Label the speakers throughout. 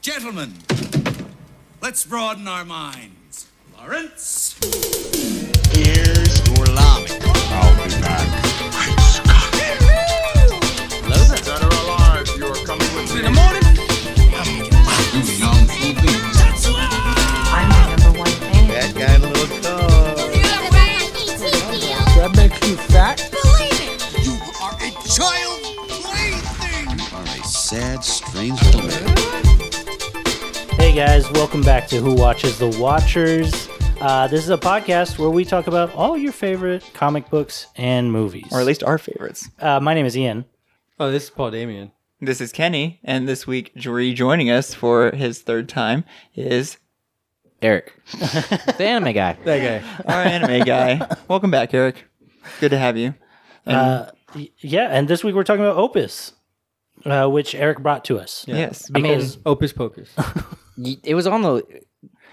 Speaker 1: Gentlemen, let's broaden our minds. Lawrence.
Speaker 2: Here's Gourlami.
Speaker 3: I'll be back.
Speaker 4: Dead or alive, you are coming with me.
Speaker 5: I'm my number one fan.
Speaker 2: That guy in the little car.
Speaker 6: That makes you fat?
Speaker 2: Are a sad, strange little man.
Speaker 7: Hey guys, welcome back to Who Watches the Watchers. Uh, this is a podcast where we talk about all your favorite comic books and movies.
Speaker 8: or at least our favorites.
Speaker 7: uh, my name is Ian.
Speaker 9: Oh, this is Paul Damien.
Speaker 8: This is Kenny, and this week rejoining us for his third time is
Speaker 10: Eric, the anime guy.
Speaker 9: That guy.
Speaker 8: our anime guy. Welcome back, Eric. Good to have you.
Speaker 7: Yeah, and this week we're talking about Opus, uh, which Eric brought to us.
Speaker 8: Yes,
Speaker 10: I mean,
Speaker 9: Opus Pocus.
Speaker 10: y- it was on the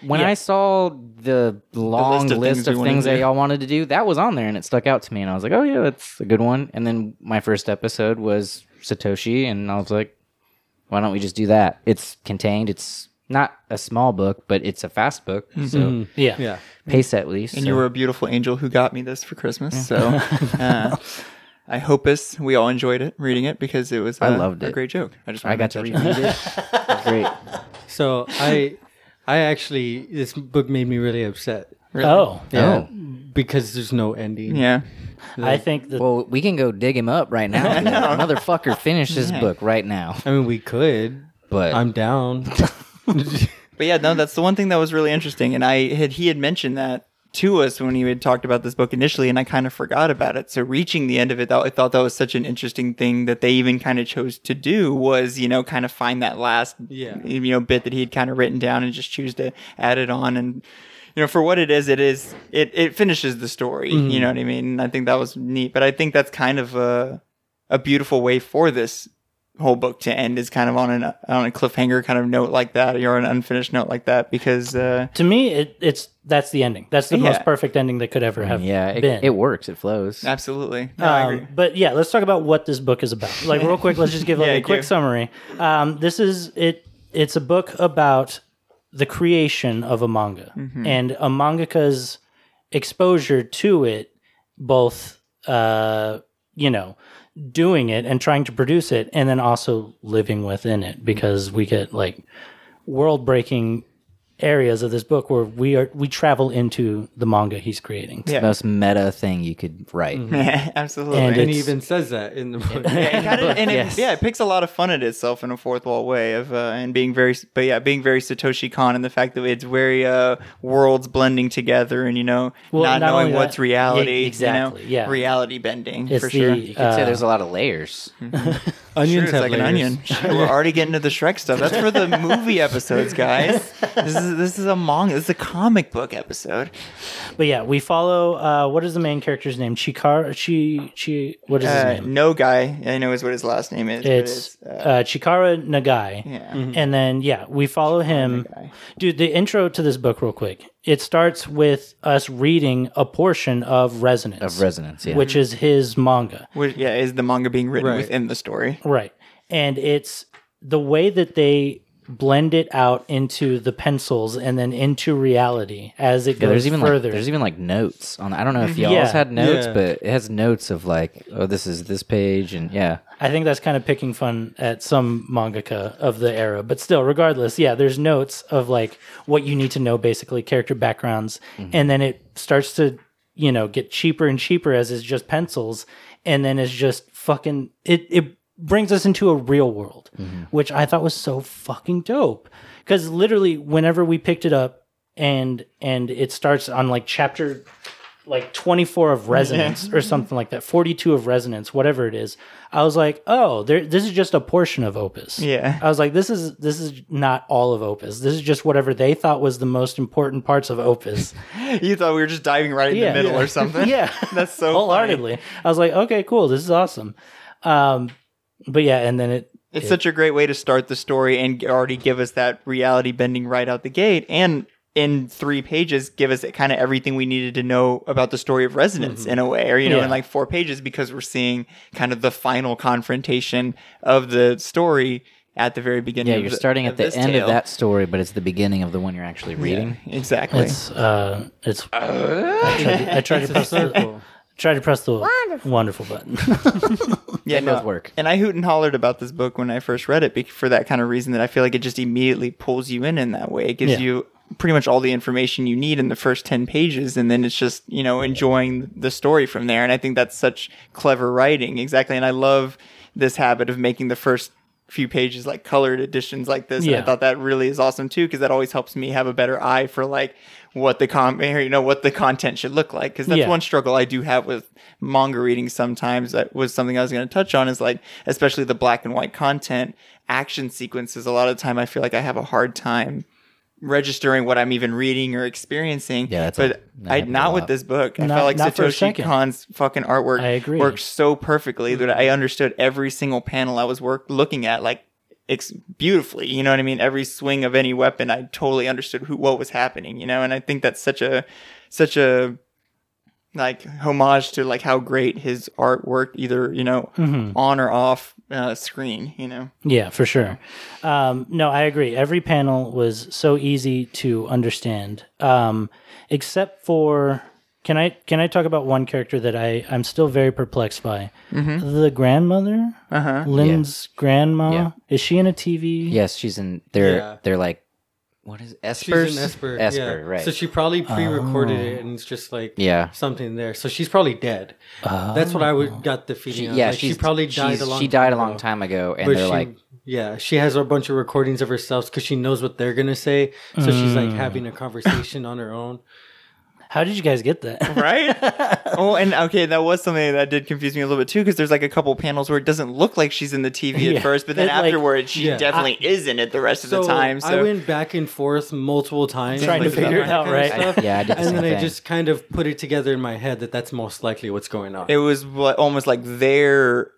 Speaker 10: when I saw the long
Speaker 8: list of
Speaker 10: list
Speaker 8: things
Speaker 10: of
Speaker 8: we wanted
Speaker 10: things,
Speaker 8: to
Speaker 10: that
Speaker 8: do.
Speaker 10: y'all wanted to do. That was on there, and it stuck out to me. And I was like, "Oh yeah, that's a good one." And then my first episode was Satoshi, and I was like, "Why don't we just do that?" It's contained. It's not a small book, but it's a fast book, so
Speaker 7: Yeah.
Speaker 9: Yeah.
Speaker 10: pace at least.
Speaker 8: Mm-hmm. And
Speaker 10: so-
Speaker 8: you were a beautiful angel who got me this for Christmas. So uh, I hope us we all enjoyed it reading it because it was
Speaker 10: I
Speaker 8: uh,
Speaker 10: loved
Speaker 8: a
Speaker 10: it.
Speaker 8: great joke. I just
Speaker 10: I
Speaker 8: wanted
Speaker 10: got to
Speaker 8: mention
Speaker 10: read it. Great.
Speaker 9: So I, I actually, this book made me really upset
Speaker 7: Oh,
Speaker 10: Yeah.
Speaker 9: because there's no ending.
Speaker 8: Yeah,
Speaker 7: I think that
Speaker 10: Well, we can go dig him up right now. Motherfucker, finish this book right now.
Speaker 9: I mean, we could,
Speaker 10: But
Speaker 9: I'm down.
Speaker 8: but yeah, no, that's the one thing that was really interesting. And I had he had mentioned that to us when he had talked about this book initially, and I kind of forgot about it. So reaching the end of it, that- I thought that was such an interesting thing that they even kind of chose to do was you know kind of find that last
Speaker 9: Yeah.
Speaker 8: you know bit that he had kind of written down and just choose to add it on and. You know, for what it is, it is it, it finishes the story. You know what I mean? And I think that was neat. But I think that's kind of a a beautiful way for this whole book to end is kind of on an on a cliffhanger kind of note like that or an unfinished note like that because uh
Speaker 7: to me, it, it's that's the ending. That's the
Speaker 8: Yeah.
Speaker 7: most perfect ending that could ever have
Speaker 10: yeah, it,
Speaker 7: been.
Speaker 10: it works. It flows.
Speaker 8: absolutely no, I agree.
Speaker 7: Um, but yeah, let's talk about what this book is about. Like real quick, let's just give like
Speaker 8: Yeah,
Speaker 7: a quick
Speaker 8: give-
Speaker 7: summary. Um, this is it. It's a book about the creation of a manga and a mangaka's exposure to it, both uh, you know doing it and trying to produce it, and then also living within it because we get like world breaking areas of this book where we are we travel into the manga he's creating.
Speaker 8: Yeah.
Speaker 10: Most meta thing you could write.
Speaker 9: Mm-hmm.
Speaker 8: absolutely
Speaker 7: And
Speaker 9: and he
Speaker 7: it's-
Speaker 9: even says that in the book.
Speaker 8: It kinda- and it-
Speaker 10: Yes.
Speaker 8: yeah, it picks a lot of fun at itself in a fourth wall way of uh, and being very, but yeah, being very Satoshi Khan and the fact that it's very uh, worlds blending together and you know
Speaker 7: Well,
Speaker 8: not,
Speaker 7: not
Speaker 8: knowing
Speaker 7: only
Speaker 8: what's
Speaker 7: that-
Speaker 8: reality,
Speaker 7: yeah,
Speaker 8: you know,
Speaker 7: exactly, yeah.
Speaker 8: reality bending
Speaker 7: It's
Speaker 8: for
Speaker 7: the,
Speaker 8: sure.
Speaker 10: You could say
Speaker 7: uh,
Speaker 10: there's a lot of layers.
Speaker 8: Sure,
Speaker 9: Onions
Speaker 8: it's
Speaker 9: have
Speaker 8: like an
Speaker 9: layers.
Speaker 8: onion. Shit, We're already getting to the Shrek stuff. That's for the movie episodes, guys. This is this is a manga. This is a comic book episode.
Speaker 7: But yeah, we follow. Uh, what is the main character's name? Chikar. Chi. Chi. What is his
Speaker 8: Uh,
Speaker 7: name?
Speaker 8: no guy. I know is what his last name is. but
Speaker 7: It's Mm-hmm.
Speaker 8: uh,
Speaker 7: uh, Chikara Nagai.
Speaker 8: yeah.
Speaker 10: Mm-hmm.
Speaker 7: And then yeah, we follow him. Dude, the intro to this book, real quick. It starts with us reading a portion of Resonance,
Speaker 10: Of resonance, yeah.
Speaker 7: which is his manga,
Speaker 8: Which, yeah, is the manga being written
Speaker 9: Right.
Speaker 8: within the story?
Speaker 7: right? And it's the way that they blend it out into the pencils and then into reality as it
Speaker 10: Yeah,
Speaker 7: goes
Speaker 10: there's even
Speaker 7: further.
Speaker 10: like, there's even like notes on. I don't know if y'all's
Speaker 7: Yeah.
Speaker 10: had notes,
Speaker 9: Mm-hmm. Yeah.
Speaker 10: but it has notes of like, oh, this is this page, and yeah,
Speaker 7: I think that's kind of picking fun at some mangaka of the era, but still, regardless, yeah, there's notes of like what you need to know, basically character backgrounds, and then it starts to you know get cheaper and cheaper as it's just pencils, and then it's just fucking it it brings us into a real world, which I thought was so fucking dope because literally whenever we picked it up and and it starts on like chapter like 24 of resonance or something like that 42 of resonance whatever it is i was like oh there, this is just a portion of opus
Speaker 8: Yeah.
Speaker 7: i was like this is this is not all of opus this is just whatever they thought was the most important parts of opus
Speaker 8: You thought we were just diving right in
Speaker 7: Yeah.
Speaker 8: the middle or something?
Speaker 7: yeah
Speaker 8: that's so funny.
Speaker 7: wholeheartedly i was like okay cool this is awesome um but yeah and then it
Speaker 8: It's such a great way to start the story and g- already give us that reality bending right out the gate. And in three pages, give us kind of everything we needed to know about the story of Resonance in a way, or, you know,
Speaker 7: Yeah.
Speaker 8: in like four pages, because we're seeing kind of the final confrontation of the story at the very beginning.
Speaker 10: Yeah,
Speaker 8: of
Speaker 10: you're
Speaker 8: the-
Speaker 10: starting
Speaker 8: of
Speaker 10: at the
Speaker 8: this
Speaker 10: end
Speaker 8: tale.
Speaker 10: of that story, but it's the beginning of the one you're actually reading.
Speaker 8: Exactly.
Speaker 7: It's uh, it's. I tried to, I tried to press the tried to press the wonderful, button.
Speaker 8: yeah,
Speaker 10: They both work.
Speaker 8: And I hoot and hollered about this book when I first read it bec- for that kind of reason that I feel like it just immediately pulls you in in that way. It gives
Speaker 7: Yeah.
Speaker 8: you pretty much all the information you need in the first 10 pages and then it's just, you know, enjoying the story from there and I think that's such clever writing. Exactly. And I love this habit of making the first few pages like colored editions like this. And
Speaker 7: Yeah.
Speaker 8: I thought that really is awesome too because that always helps me have a better eye for like what the com or, you know what the content should look like because that's
Speaker 7: Yeah.
Speaker 8: one struggle I do have with manga reading sometimes that was something I was going to touch on is like especially the black and white content action sequences a lot of the time I feel like I have a hard time registering what I'm even reading or experiencing
Speaker 10: Yeah, that's a-
Speaker 8: but
Speaker 10: that
Speaker 8: I
Speaker 10: happens a
Speaker 8: not with
Speaker 10: lot.
Speaker 8: this book I
Speaker 7: Not-
Speaker 8: felt like
Speaker 7: not for a
Speaker 8: Satoshi
Speaker 7: second.
Speaker 8: Khan's fucking artwork
Speaker 7: I agree. Mm-hmm.
Speaker 8: works so perfectly that I understood every single panel I was work looking at like ex- beautifully. You know what I mean? Every swing of any weapon, I totally understood who what was happening. You know, and I think that's such a such a like homage to like how great his artwork either you know
Speaker 7: Mm-hmm.
Speaker 8: on or off uh, screen. You know,
Speaker 7: Yeah, for sure. Um, no, I agree. Every panel was so easy to understand, um, except for can I can I talk about one character that I I'm still very perplexed by the grandmother, Mm-hmm. uh-huh. Lynn's grandma.
Speaker 10: Yeah.
Speaker 7: Is she in a TV?
Speaker 10: Yes, she's in. They're
Speaker 9: Yeah.
Speaker 10: they're like, what is Esper?
Speaker 9: She's an Esper.
Speaker 10: Esper,
Speaker 9: yeah.
Speaker 10: right?
Speaker 9: So she probably pre-recorded it, and it's just like
Speaker 10: Yeah. Oh.
Speaker 9: something there. So she's probably dead. That's what I would got the feeling.
Speaker 10: She-
Speaker 9: of.
Speaker 10: yeah,
Speaker 9: Like, she
Speaker 10: she's-
Speaker 9: probably died
Speaker 10: she's-
Speaker 9: a long.
Speaker 10: She died a
Speaker 9: time
Speaker 10: long
Speaker 9: ago.
Speaker 10: time ago, and
Speaker 9: But
Speaker 10: they're
Speaker 9: she,
Speaker 10: like,
Speaker 9: yeah, she has a bunch of recordings of herself because she knows what they're gonna say. So she's
Speaker 10: Mm.
Speaker 9: like having a conversation on her own.
Speaker 7: How did you guys get that?
Speaker 8: right? oh, and okay, that was something that did confuse me a little bit too because there's like a couple panels where it doesn't look like she's in the TV at
Speaker 7: Yeah.
Speaker 8: first, but then
Speaker 7: It, like-
Speaker 8: afterwards she
Speaker 9: Yeah.
Speaker 8: definitely isn't it the rest of the time. So
Speaker 9: I went back and forth multiple times
Speaker 7: Trying to
Speaker 9: looking at
Speaker 7: figure it
Speaker 9: that
Speaker 7: out,
Speaker 9: kind of
Speaker 7: right?
Speaker 9: stuff,
Speaker 10: I- yeah, I did the
Speaker 9: and
Speaker 10: same
Speaker 9: then I
Speaker 10: thing.
Speaker 9: just kind of put it together in my head that that's most likely what's going on.
Speaker 8: it was li- almost like their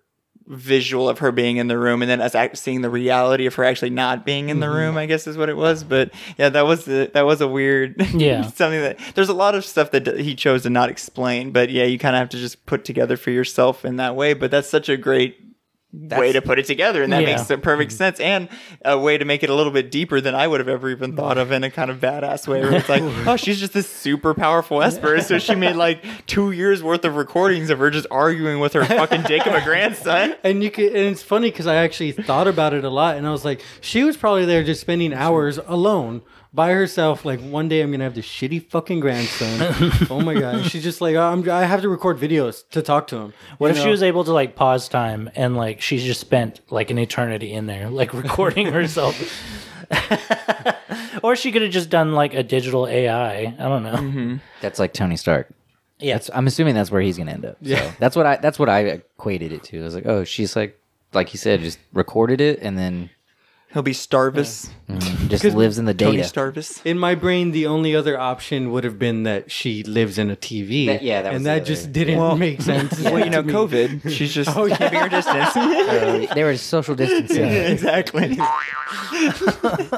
Speaker 8: visual of her being in the room and then us act- seeing the reality of her actually not being in the room i guess is what it was but yeah that was the, that was a weird
Speaker 7: Yeah.
Speaker 8: something that there's a lot of stuff that d- he chose to not explain but yeah you kind of have to just put together for yourself in that way but that's such a great way to put it together and that
Speaker 7: Yeah.
Speaker 8: makes the perfect sense and a way to make it a little bit deeper than i would have ever even thought of in a kind of badass way where it's like oh she's just this super powerful esper so she made like two years worth of recordings of her just arguing with her fucking dick of a grandson
Speaker 9: and you could, and it's funny because I actually thought about it a lot, and I was like, she was probably there just spending hours alone by herself. Like one day I'm gonna have this shitty fucking grandson. oh my god, she's just like, I'm, I have to record videos to talk to him.
Speaker 7: What if she was able to like pause time and like she's just spent like an eternity in there, like recording herself? or she could have just done like a digital AI. I don't know.
Speaker 10: that's like Tony Stark.
Speaker 7: Yeah.
Speaker 10: That's, I'm assuming that's where he's gonna end up. Yeah, so that's what I that's what I equated it to. I was like, oh, she's like, like he said, just recorded it and then
Speaker 8: he'll be starvis
Speaker 10: just lives in the
Speaker 8: tony
Speaker 10: data.
Speaker 8: starvis
Speaker 9: In my brain, the only other option would have been that she lives in a TV.
Speaker 10: That- yeah, that was
Speaker 9: and
Speaker 10: the
Speaker 9: that
Speaker 10: other-
Speaker 9: just didn't make sense.
Speaker 8: well you know covid she's just keeping her distance
Speaker 10: Um, they were social distancing.
Speaker 8: exactly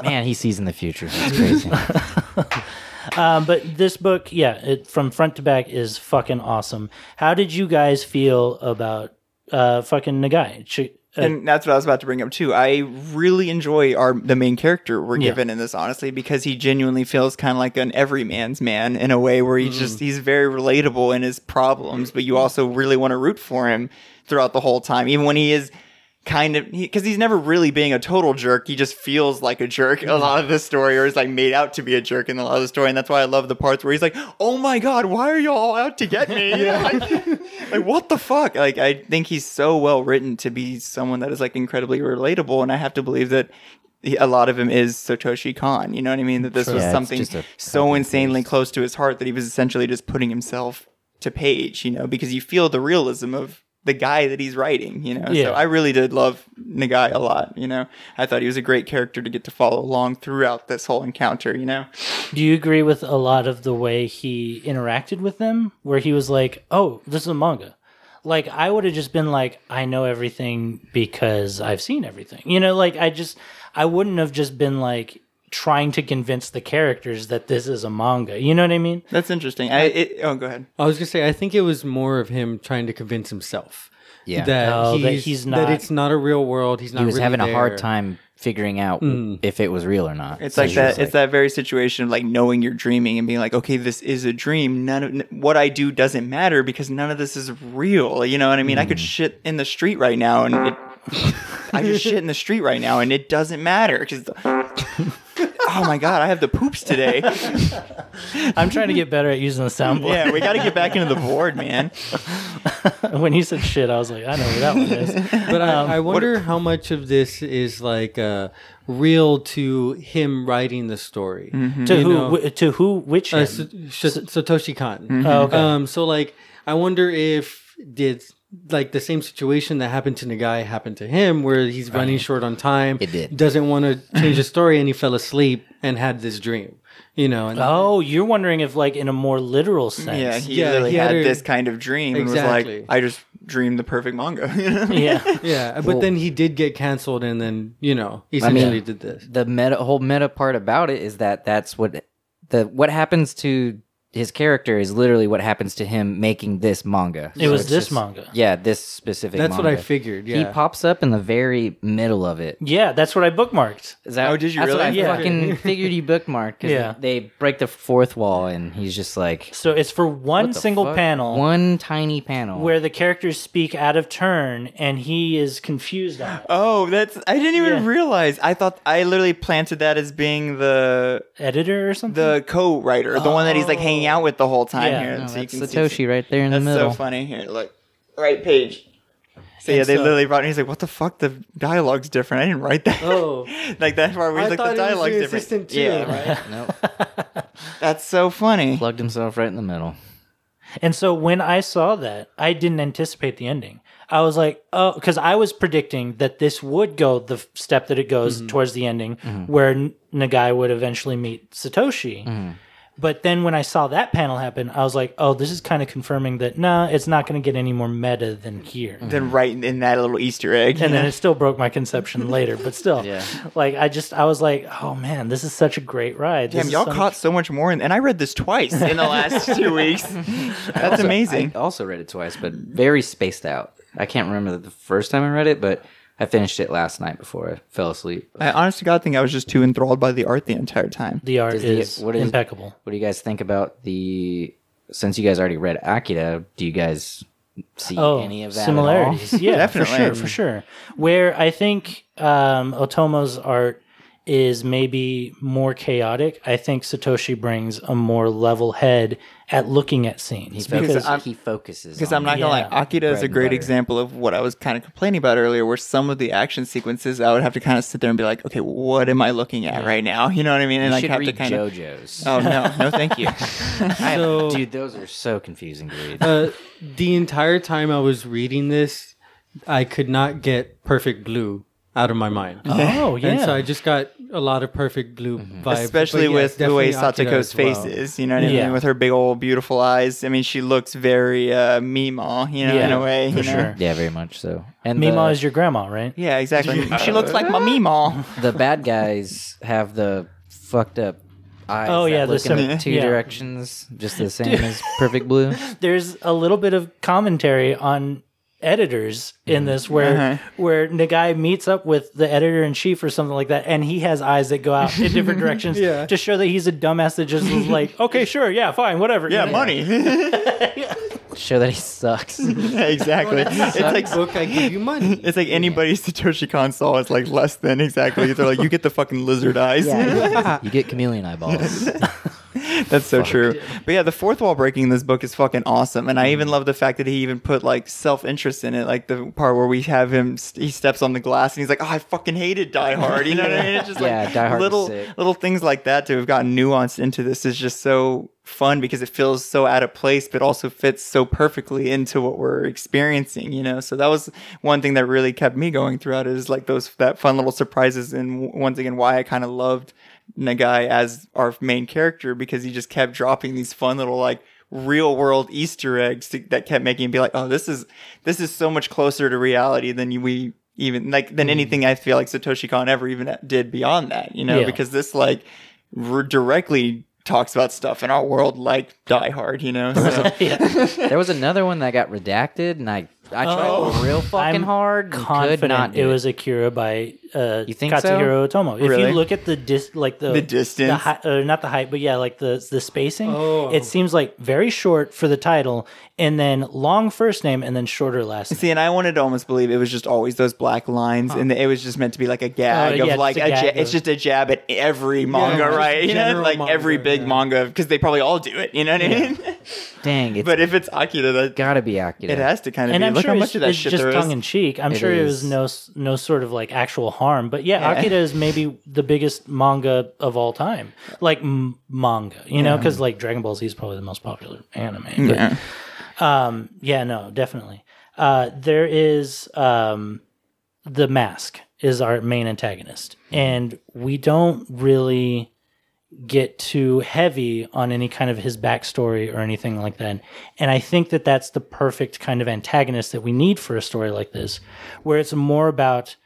Speaker 10: Man, he sees in the future. That's crazy.
Speaker 7: Um, but this book, yeah, it from front to back is fucking awesome. How did you guys feel about uh, fucking Nagai? Ch- uh,
Speaker 8: and that's what I was about to bring up too. I really enjoy our the main character we're
Speaker 7: Yeah.
Speaker 8: given in this, honestly, because he genuinely feels kind of like an everyman's man in a way where he's
Speaker 7: Mm-hmm.
Speaker 8: just he's very relatable in his problems, but you also really want to root for him throughout the whole time, even when he is kind of because he's never really being a total jerk he just feels like a jerk
Speaker 7: Mm-hmm.
Speaker 8: a lot of this story or is like made out to be a jerk in a lot of the story and that's why i love the parts where he's like oh my god why are y'all out to get me You know, like, like what the fuck like i think he's so well written to be someone that is like incredibly relatable and i have to believe that he- a lot of him is Satoshi Khan. You know what I mean? That this was
Speaker 10: Yeah, it's
Speaker 8: something
Speaker 10: just a
Speaker 8: so insanely close to his heart that he was essentially just putting himself to page, you know, because you feel the realism of the guy that he's writing, you know.
Speaker 7: Yeah.
Speaker 8: So I really did love Nagai a lot, you know. I thought he was a great character to get to follow along throughout this whole encounter, you know.
Speaker 7: do you agree with a lot of the way he interacted with them, where he was like, "Oh, this is a manga." Like I would have just been like, "I know everything because I've seen everything," you know. Like I just, I wouldn't have just been like trying to convince the characters that this is a manga. You know what I mean?
Speaker 8: That's interesting. I it, oh, go ahead.
Speaker 9: I was gonna say, I think it was more of him trying to convince himself.
Speaker 10: Yeah.
Speaker 9: That,
Speaker 7: Oh,
Speaker 9: he's,
Speaker 7: that
Speaker 9: that
Speaker 7: he's
Speaker 9: That
Speaker 7: not-
Speaker 9: it's not a real world. He's not.
Speaker 10: he was
Speaker 9: really
Speaker 10: having a hard
Speaker 9: there. Hmm.
Speaker 10: time figuring out if it was real or not.
Speaker 8: It's
Speaker 10: So
Speaker 8: like
Speaker 10: she
Speaker 8: that.
Speaker 10: was
Speaker 8: it's that very situation of like knowing you're dreaming and being like, okay, this is a dream. None of n- what I do doesn't matter because none of this is real. You know what I mean? I could shit in the street right now, and it, I could shit in the street right now, and it doesn't matter because. oh my god, I have the poops today.
Speaker 7: I'm trying to get better at using the soundboard.
Speaker 8: yeah, we got to get back into the board, man.
Speaker 7: when you said shit, I was like, I know where that one is.
Speaker 9: But
Speaker 10: Um,
Speaker 9: I, I wonder how much of this is like uh, real to him writing the story.
Speaker 7: to
Speaker 10: Mm-hmm.
Speaker 9: You
Speaker 7: who?
Speaker 9: know?
Speaker 7: wh- to who? Which?
Speaker 9: Uh,
Speaker 7: him?
Speaker 9: Sa- Sh- Satoshi Kon.
Speaker 10: Mm-hmm.
Speaker 7: Oh, okay.
Speaker 9: Um, so like, I wonder if did like the same situation that happened to Nagai happened to him, where he's running short on time.
Speaker 10: It did.
Speaker 9: Doesn't want to change the story, and he fell asleep and had this dream. You know. And,
Speaker 7: oh, you're wondering if, like, in a more literal sense.
Speaker 8: Yeah, he
Speaker 9: Yeah,
Speaker 8: literally
Speaker 9: he
Speaker 8: had,
Speaker 9: had her-
Speaker 8: this kind of dream and
Speaker 9: Exactly.
Speaker 8: was like, I just dreamed the perfect manga. you know?
Speaker 7: yeah.
Speaker 9: Yeah, but then he did get canceled, and then you know,
Speaker 10: mean-
Speaker 9: essentially did this.
Speaker 10: the meta whole meta part about it is that that's what the what happens to his character is literally what happens to him making this manga.
Speaker 7: It was
Speaker 10: it's
Speaker 7: this manga.
Speaker 10: Yeah, this specific.
Speaker 9: That's what I
Speaker 10: manga.
Speaker 9: figured. Yeah.
Speaker 10: He pops up in the very middle of it.
Speaker 7: Yeah, that's what I bookmarked.
Speaker 10: Is that,
Speaker 8: Oh, did you
Speaker 10: that's What I
Speaker 8: really? Yeah.
Speaker 10: fucking figured you bookmarked. 'cause
Speaker 7: Yeah.
Speaker 10: they break the fourth wall, and he's just like
Speaker 7: So it's for one
Speaker 10: "What the
Speaker 7: single
Speaker 10: fuck?"
Speaker 7: panel
Speaker 10: one tiny panel.
Speaker 7: where the characters speak out of turn and he is confused on it.
Speaker 8: Oh, that's I didn't even
Speaker 7: Yeah.
Speaker 8: realize. I thought I literally planted that as being the
Speaker 7: Editor or something?
Speaker 8: the co-writer, the one that he's like hanging out with the whole time
Speaker 7: Yeah.
Speaker 8: here. so
Speaker 10: No,
Speaker 8: you
Speaker 10: that's
Speaker 8: can see-
Speaker 10: Satoshi right there in
Speaker 8: That's
Speaker 10: the middle.
Speaker 8: so funny. Here, look, right page. So yeah, they
Speaker 7: so-
Speaker 8: literally brought. And he's like, "What the fuck? The dialogue's different. I didn't write that."
Speaker 9: Oh.
Speaker 8: like that part where
Speaker 9: I
Speaker 8: he's like,
Speaker 9: thought
Speaker 8: "The
Speaker 9: it was your
Speaker 8: dialogue's different."
Speaker 9: assistant too.
Speaker 8: Yeah, right?
Speaker 10: Nope.
Speaker 8: that's so funny.
Speaker 10: Plugged himself right in the middle.
Speaker 7: And so when I saw that, I didn't anticipate the ending. I was like, oh, because I was predicting that this would go the f- step that it goes
Speaker 10: Mm-hmm.
Speaker 7: towards the ending, where N- Nagai would eventually meet Satoshi.
Speaker 10: Mm-hmm.
Speaker 7: But then when I saw that panel happen, I was like, oh, this is kind of confirming that, nah, it's not going to get any more meta than here.
Speaker 10: Mm-hmm.
Speaker 8: Then right in that little Easter egg, you
Speaker 7: And then
Speaker 8: know?
Speaker 7: it still broke my conception later, but still,
Speaker 10: Yeah.
Speaker 7: like I just I was like, oh man, this is such a great ride. This
Speaker 8: Damn,
Speaker 7: is
Speaker 8: y'all
Speaker 7: so much
Speaker 8: caught so much more, in, and I read this twice in the last two weeks. That's amazing.
Speaker 10: I also read it twice, but very spaced out. I can't remember the first time I read it, but I finished it last night before I fell asleep.
Speaker 8: I honest to God think I was just too enthralled by the art the entire time.
Speaker 7: The art
Speaker 10: Does the-
Speaker 7: is,
Speaker 10: what is-
Speaker 7: impeccable.
Speaker 10: What do you guys think about the? Since you guys already read Akira, do you guys see
Speaker 7: oh,
Speaker 10: any of that at all?
Speaker 7: similarities. Yeah,
Speaker 8: Definitely.
Speaker 7: for sure, for sure. Where I think um, Otomo's art is maybe more chaotic, I think Satoshi brings a more level head at looking at scenes.
Speaker 10: He focuses.
Speaker 8: Because I'm-
Speaker 10: he focuses.
Speaker 8: Because
Speaker 10: on
Speaker 8: I'm not
Speaker 10: it.
Speaker 8: gonna
Speaker 7: Yeah.
Speaker 8: lie, Akira is
Speaker 10: Bread
Speaker 8: a
Speaker 10: and
Speaker 8: great
Speaker 10: butter.
Speaker 8: example of what I was kind of complaining about earlier, where some of the action sequences I would have to kind of sit there and be like, okay, what am I looking at right now? You know what I mean? And
Speaker 10: You
Speaker 8: like
Speaker 10: should
Speaker 8: have to
Speaker 10: read
Speaker 8: kind of.
Speaker 10: JoJo's.
Speaker 8: Oh no, no, thank you.
Speaker 10: I-
Speaker 9: So-
Speaker 10: dude, those are so confusing to read.
Speaker 9: uh, the entire time I was reading this, I could not get perfect blue out of my mind.
Speaker 7: Oh
Speaker 9: And
Speaker 7: yeah,
Speaker 9: so I just got a lot of perfect blue
Speaker 8: Mm-hmm.
Speaker 9: vibes.
Speaker 8: Especially
Speaker 9: But yes,
Speaker 8: with the way
Speaker 9: definitely Akira
Speaker 8: Satoko's
Speaker 9: as well.
Speaker 8: face is, you know what I mean?
Speaker 7: Yeah.
Speaker 8: With her big old beautiful eyes. I mean, she looks very uh, Meemaw, you know, in
Speaker 7: Yeah,
Speaker 8: a way.
Speaker 7: for
Speaker 8: you know?
Speaker 7: sure.
Speaker 10: yeah, very much so. And
Speaker 7: Mima
Speaker 10: the-
Speaker 7: is your grandma, right?
Speaker 8: Yeah, exactly. she looks like my Meemaw.
Speaker 10: the bad guys have the fucked up eyes.
Speaker 7: Oh,
Speaker 10: that
Speaker 7: yeah, the
Speaker 10: look in
Speaker 7: sim-
Speaker 10: two
Speaker 7: yeah.
Speaker 10: directions, just the same as Perfect Blue.
Speaker 7: There's a little bit of commentary on editors
Speaker 8: Mm-hmm.
Speaker 7: in this where
Speaker 8: Uh-huh.
Speaker 7: where Nagai meets up with the editor in chief or something like that and he has eyes that go out in different directions
Speaker 9: Yeah.
Speaker 7: to show that he's a dumbass that just is like, okay, sure, yeah, fine, whatever. you
Speaker 8: Yeah,
Speaker 7: know?
Speaker 8: money.
Speaker 10: Show that he sucks.
Speaker 8: Yeah, exactly. It's like
Speaker 9: Book, I give you money.
Speaker 8: It's like anybody Satoshi Kon saw is like less than exactly. They're like, you get the fucking lizard eyes.
Speaker 10: you get chameleon eyeballs.
Speaker 8: That's so true. But yeah, the fourth wall breaking in this book is fucking awesome, and I even
Speaker 10: Mm.
Speaker 8: love the fact that he even put like self interest in it, like the part where we have him st- he steps on the glass and he's like, oh, I fucking hated Die Hard. You know what I mean? It's just
Speaker 10: Yeah,
Speaker 8: like
Speaker 10: Die Hard was
Speaker 8: little
Speaker 10: sick.
Speaker 8: little things like that to have gotten nuanced into this is just so fun because it feels so out of place, but also fits so perfectly into what we're experiencing. You know, so that was one thing that really kept me going throughout is like those that fun little surprises, and w- once again, why I kind of loved Nagai as our main character because he just kept dropping these fun little like real world Easter eggs to, that kept making me be like, oh, this is this is so much closer to reality than you, we even like than anything I feel like Satoshi Kon ever even did beyond that, you know,
Speaker 7: Yeah.
Speaker 8: because this like r- directly talks about stuff in our world like Die Hard, you know. So,
Speaker 10: there was another one that got redacted, and I I tried
Speaker 8: Oh.
Speaker 10: real fucking
Speaker 7: Oh. I'm
Speaker 10: hard. and
Speaker 7: Confident
Speaker 10: could not do
Speaker 7: it was Akira by uh,
Speaker 10: You think
Speaker 7: Katsuhiro Otomo. If
Speaker 8: Really?
Speaker 7: you look at the dis, like the
Speaker 8: The distance?
Speaker 7: the hi- uh, not the height, but yeah, like the the spacing.
Speaker 9: Oh.
Speaker 7: It seems like very short for the title, and then long first name, and then shorter last. name.
Speaker 8: See, and I wanted to almost believe it was just always those black lines, and it was just meant to be like a gag
Speaker 7: Oh, yeah,
Speaker 8: of
Speaker 7: just
Speaker 8: like
Speaker 7: a
Speaker 8: a, ja-
Speaker 7: gag
Speaker 8: it's
Speaker 7: of-
Speaker 8: just a jab at every manga,
Speaker 9: just
Speaker 8: right? You know,
Speaker 9: general
Speaker 8: like
Speaker 9: manga,
Speaker 8: every big
Speaker 9: yeah.
Speaker 8: manga because they probably all do it. You know what I mean?
Speaker 10: Dang, it's
Speaker 8: but if it's Akira, that
Speaker 10: gotta be Akira.
Speaker 8: it has to kind of
Speaker 7: And
Speaker 8: be.
Speaker 7: I'm
Speaker 8: Look
Speaker 7: sure
Speaker 8: how
Speaker 7: it's,
Speaker 8: much of that
Speaker 7: it's
Speaker 8: shit
Speaker 7: just
Speaker 8: there
Speaker 7: tongue
Speaker 8: is.
Speaker 7: in cheek. I'm
Speaker 10: It
Speaker 7: sure it
Speaker 10: is.
Speaker 7: was no s- no sort of like actual harm, but yeah,
Speaker 8: Yeah.
Speaker 7: Akira is maybe the biggest manga of all time, like m- manga, you know, because like Dragon Ball Z is probably the most popular anime. but- um,
Speaker 8: Yeah.
Speaker 7: Yeah, no, definitely. Uh, there is um, the mask is our main antagonist, and we don't really get too heavy on any kind of his backstory or anything like that. And I think that that's the perfect kind of antagonist that we need for a story like this, where it's more about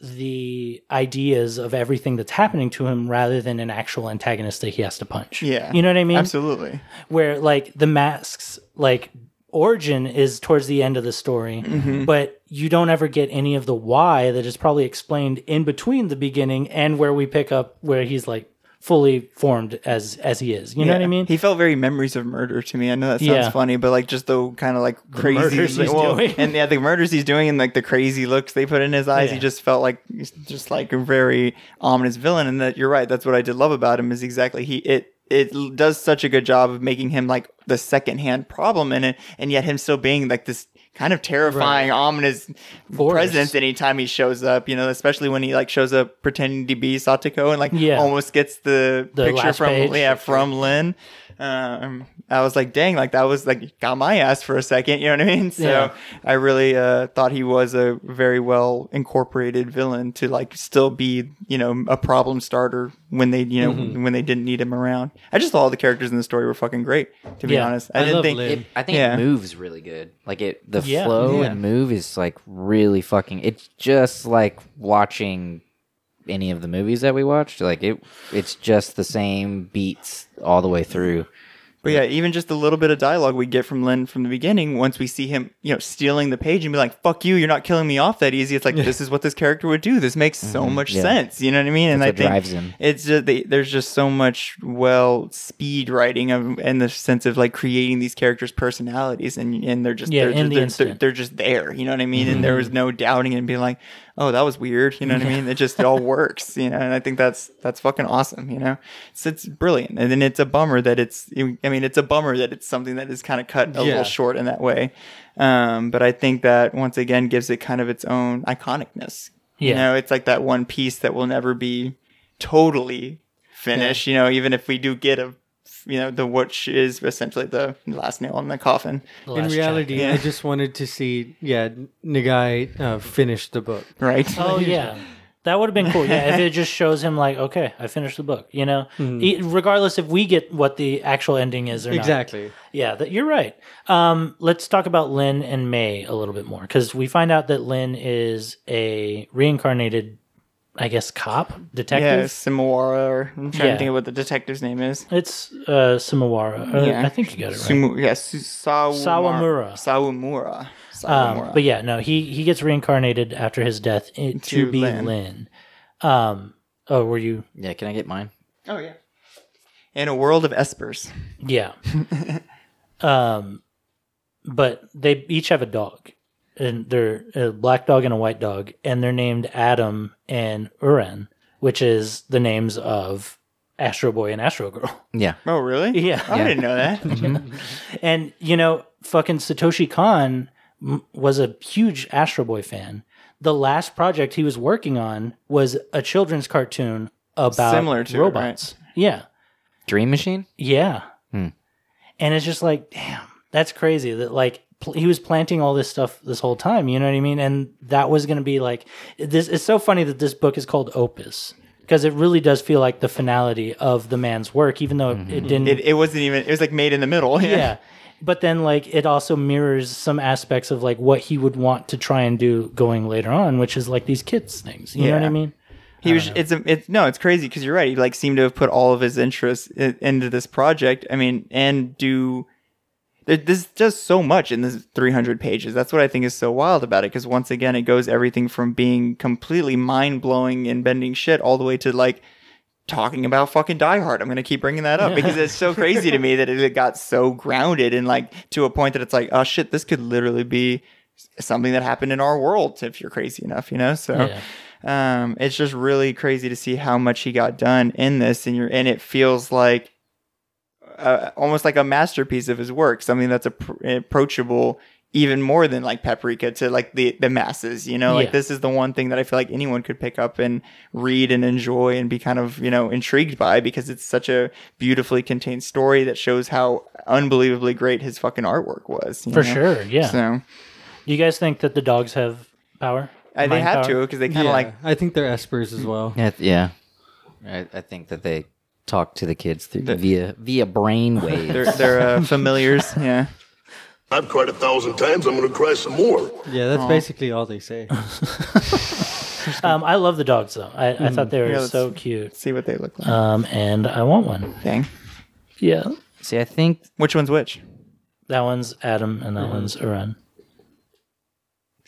Speaker 7: the ideas of everything that's happening to him rather than an actual antagonist that he has to punch.
Speaker 8: Yeah.
Speaker 7: You know what I mean?
Speaker 8: Absolutely.
Speaker 7: where like the masks like origin is towards the end of the story
Speaker 9: Mm-hmm.
Speaker 7: but you don't ever get any of the why that is probably explained in between the beginning and where we pick up where he's like fully formed as as he is you know what i
Speaker 8: Yeah.
Speaker 7: mean
Speaker 8: He felt very memories of murder to me. I know that sounds
Speaker 7: Yeah.
Speaker 8: funny, but like just the kind of like crazy
Speaker 7: murders he's doing.
Speaker 8: and yeah, the murders he's doing and like the crazy looks they put in his eyes. He
Speaker 7: Yeah.
Speaker 8: just felt like he's just like a very ominous villain. And that you're right. That's what I did love about him is exactly he it it l- does such a good job of making him like the secondhand problem in it, and yet him still being like this kind of terrifying ominous
Speaker 7: course.
Speaker 8: presence anytime he shows up you know especially when he like shows up pretending to be satoko and like
Speaker 7: Yeah.
Speaker 8: almost gets the,
Speaker 7: The
Speaker 8: picture
Speaker 7: last
Speaker 8: from
Speaker 7: page.
Speaker 8: yeah from Lynn. Um, I was like, dang, like that was like got my ass for a second. You know what I mean? So
Speaker 7: Yeah.
Speaker 8: I really uh, thought he was a very well incorporated villain to like still be you know a problem starter when they you know when they didn't need him around. I just thought all the characters in the story were fucking great. To be
Speaker 7: Yeah.
Speaker 8: honest, I,
Speaker 9: I
Speaker 8: didn't
Speaker 9: love
Speaker 8: think.
Speaker 9: Lynn.
Speaker 10: It, I think
Speaker 8: Yeah.
Speaker 10: it moves really good. Like it, the
Speaker 7: Yeah.
Speaker 10: flow
Speaker 8: Yeah.
Speaker 10: and move is like really fucking. It's just like watching any of the movies that we watched. Like it, it's just the same beats all the way through.
Speaker 8: But yeah, even just a little bit of dialogue we get from Lynn from the beginning, once we see him, you know, stealing the page and be like, fuck you, you're not killing me off that easy. It's like, this is what this character would do. This makes so much
Speaker 10: Mm-hmm. yeah.
Speaker 8: sense. You know what I mean? And
Speaker 10: That's
Speaker 8: I
Speaker 10: what
Speaker 8: think
Speaker 10: drives him.
Speaker 8: it's just, they, there's just so much, well, speed writing of, and the sense of like creating these characters' personalities and, and they're just,
Speaker 7: Yeah,
Speaker 8: they're,
Speaker 7: in
Speaker 8: just
Speaker 7: the
Speaker 8: they're,
Speaker 7: instant.
Speaker 8: they're- they're just there. You know what I mean? And there
Speaker 7: Mm-hmm.
Speaker 8: was no doubting it and being like, oh, that was weird. You know what I mean? It just it all works. You know, and I think that's that's fucking awesome. You know, it's it's brilliant. And then it's a bummer that it's. I mean, it's a bummer that it's something that is kind of cut a
Speaker 9: Yeah.
Speaker 8: little short in that way. Um, but I think that once again gives it kind of its own iconicness. You
Speaker 7: Yeah.
Speaker 8: know, it's like that one piece that will never be totally finished. You know, even if we do get a. You know the which is essentially the last nail in the coffin.
Speaker 7: The
Speaker 9: In
Speaker 7: last
Speaker 9: reality,
Speaker 8: Yeah.
Speaker 9: I just wanted to see, yeah, Nagai uh, finish the book.
Speaker 8: Right.
Speaker 7: chapter. oh yeah that would have been cool yeah if it just shows him like okay i finished the book you know E- regardless if we get what the actual ending is or not
Speaker 9: Hmm. Exactly.
Speaker 7: Yeah, that, you're right. Um, let's talk about Lynn and May a little bit more because we find out that Lynn is a reincarnated, I guess, cop detective.
Speaker 8: Yeah, Sumawara. Or I'm trying to
Speaker 7: Yeah.
Speaker 8: think of what the detective's name is.
Speaker 7: It's uh, Sumawara. Uh,
Speaker 8: Yeah.
Speaker 7: I think you got it right.
Speaker 8: Sumu- yeah, Su-
Speaker 7: Sawamura.
Speaker 8: Sawamura. Sawamura.
Speaker 7: um,
Speaker 8: Sawamura.
Speaker 7: but yeah, no, he he gets reincarnated after his death i- to,
Speaker 8: To
Speaker 7: be
Speaker 8: Lynn.
Speaker 7: Lynn. Um, oh, were you?
Speaker 10: Yeah, can I get mine?
Speaker 8: oh, yeah. In a world of espers.
Speaker 7: Yeah. um, but they each have a dog, and they're a black dog and a white dog, and they're named Adam and Uren, which is the names of Astro Boy and Astro Girl.
Speaker 10: Yeah,
Speaker 8: Oh, really?
Speaker 7: Yeah.
Speaker 8: I didn't know that.
Speaker 7: And you know, fucking Satoshi Khan m- was a huge Astro Boy fan. The last project he was working on was a children's cartoon about
Speaker 8: Similar to it, right?
Speaker 7: robots. Yeah.
Speaker 10: Dream Machine.
Speaker 7: Yeah.
Speaker 10: Hmm.
Speaker 7: And it's just like, damn, that's crazy that like pl- he was planting all this stuff this whole time, you know what I mean? And that was going to be like this it's so funny that this book is called Opus because it really does feel like the finality of the man's work even though it,
Speaker 8: Mm-hmm.
Speaker 7: it didn't
Speaker 8: it, it wasn't even, it was like made in the middle.
Speaker 7: yeah. But then like it also mirrors some aspects of like what he would want to try and do going later on, which is like these kids things, you know what
Speaker 8: Yeah.
Speaker 7: I mean?
Speaker 8: He was. It's a. It's no. It's crazy because you're right. He like seemed to have put all of his interests i- into this project. I mean, and do There- There's just so much in this 300 pages. That's what I think is so wild about it. Because once again, it goes everything from being completely mind blowing and bending shit all the way to like talking about fucking Die Hard. I'm gonna keep bringing that up because it's so crazy to me that it got so grounded and like to a point that it's like, oh shit, this could literally be something that happened in our world if you're crazy enough, you know. So um, it's just really crazy to see how much he got done in this, and you're and it feels like uh, almost like a masterpiece of his work, something that's appro- approachable even more than like paprika to like the the masses you know like
Speaker 7: Yeah.
Speaker 8: this is the one thing that i feel like anyone could pick up and read and enjoy and be kind of you know intrigued by because it's such a beautifully contained story that shows how unbelievably great his fucking artwork was you
Speaker 7: For
Speaker 8: know?
Speaker 7: sure, yeah.
Speaker 8: so
Speaker 7: You guys think that the dogs have power?
Speaker 8: I, Uh, they
Speaker 7: Mind
Speaker 8: have
Speaker 7: power?
Speaker 8: to because they kind
Speaker 9: Yeah,
Speaker 8: of like
Speaker 9: I think they're espers as well.
Speaker 10: Yeah, th- yeah. I, I think that they talk to the kids through via via brainwaves.
Speaker 8: they're they're uh, familiars yeah
Speaker 3: I've cried a thousand times. I'm going to cry some more.
Speaker 8: Mm-hmm.
Speaker 9: Yeah, that's basically all they say.
Speaker 7: Um, I love the dogs though. I, I thought they were
Speaker 8: Mm. Yeah, that's-
Speaker 7: so cute.
Speaker 8: see what they look like
Speaker 7: Um, and I want one.
Speaker 8: dang
Speaker 7: Yeah,
Speaker 10: See, I think
Speaker 8: which one's which
Speaker 7: that one's Adam and that
Speaker 8: Mm-hmm.
Speaker 7: one's Uran.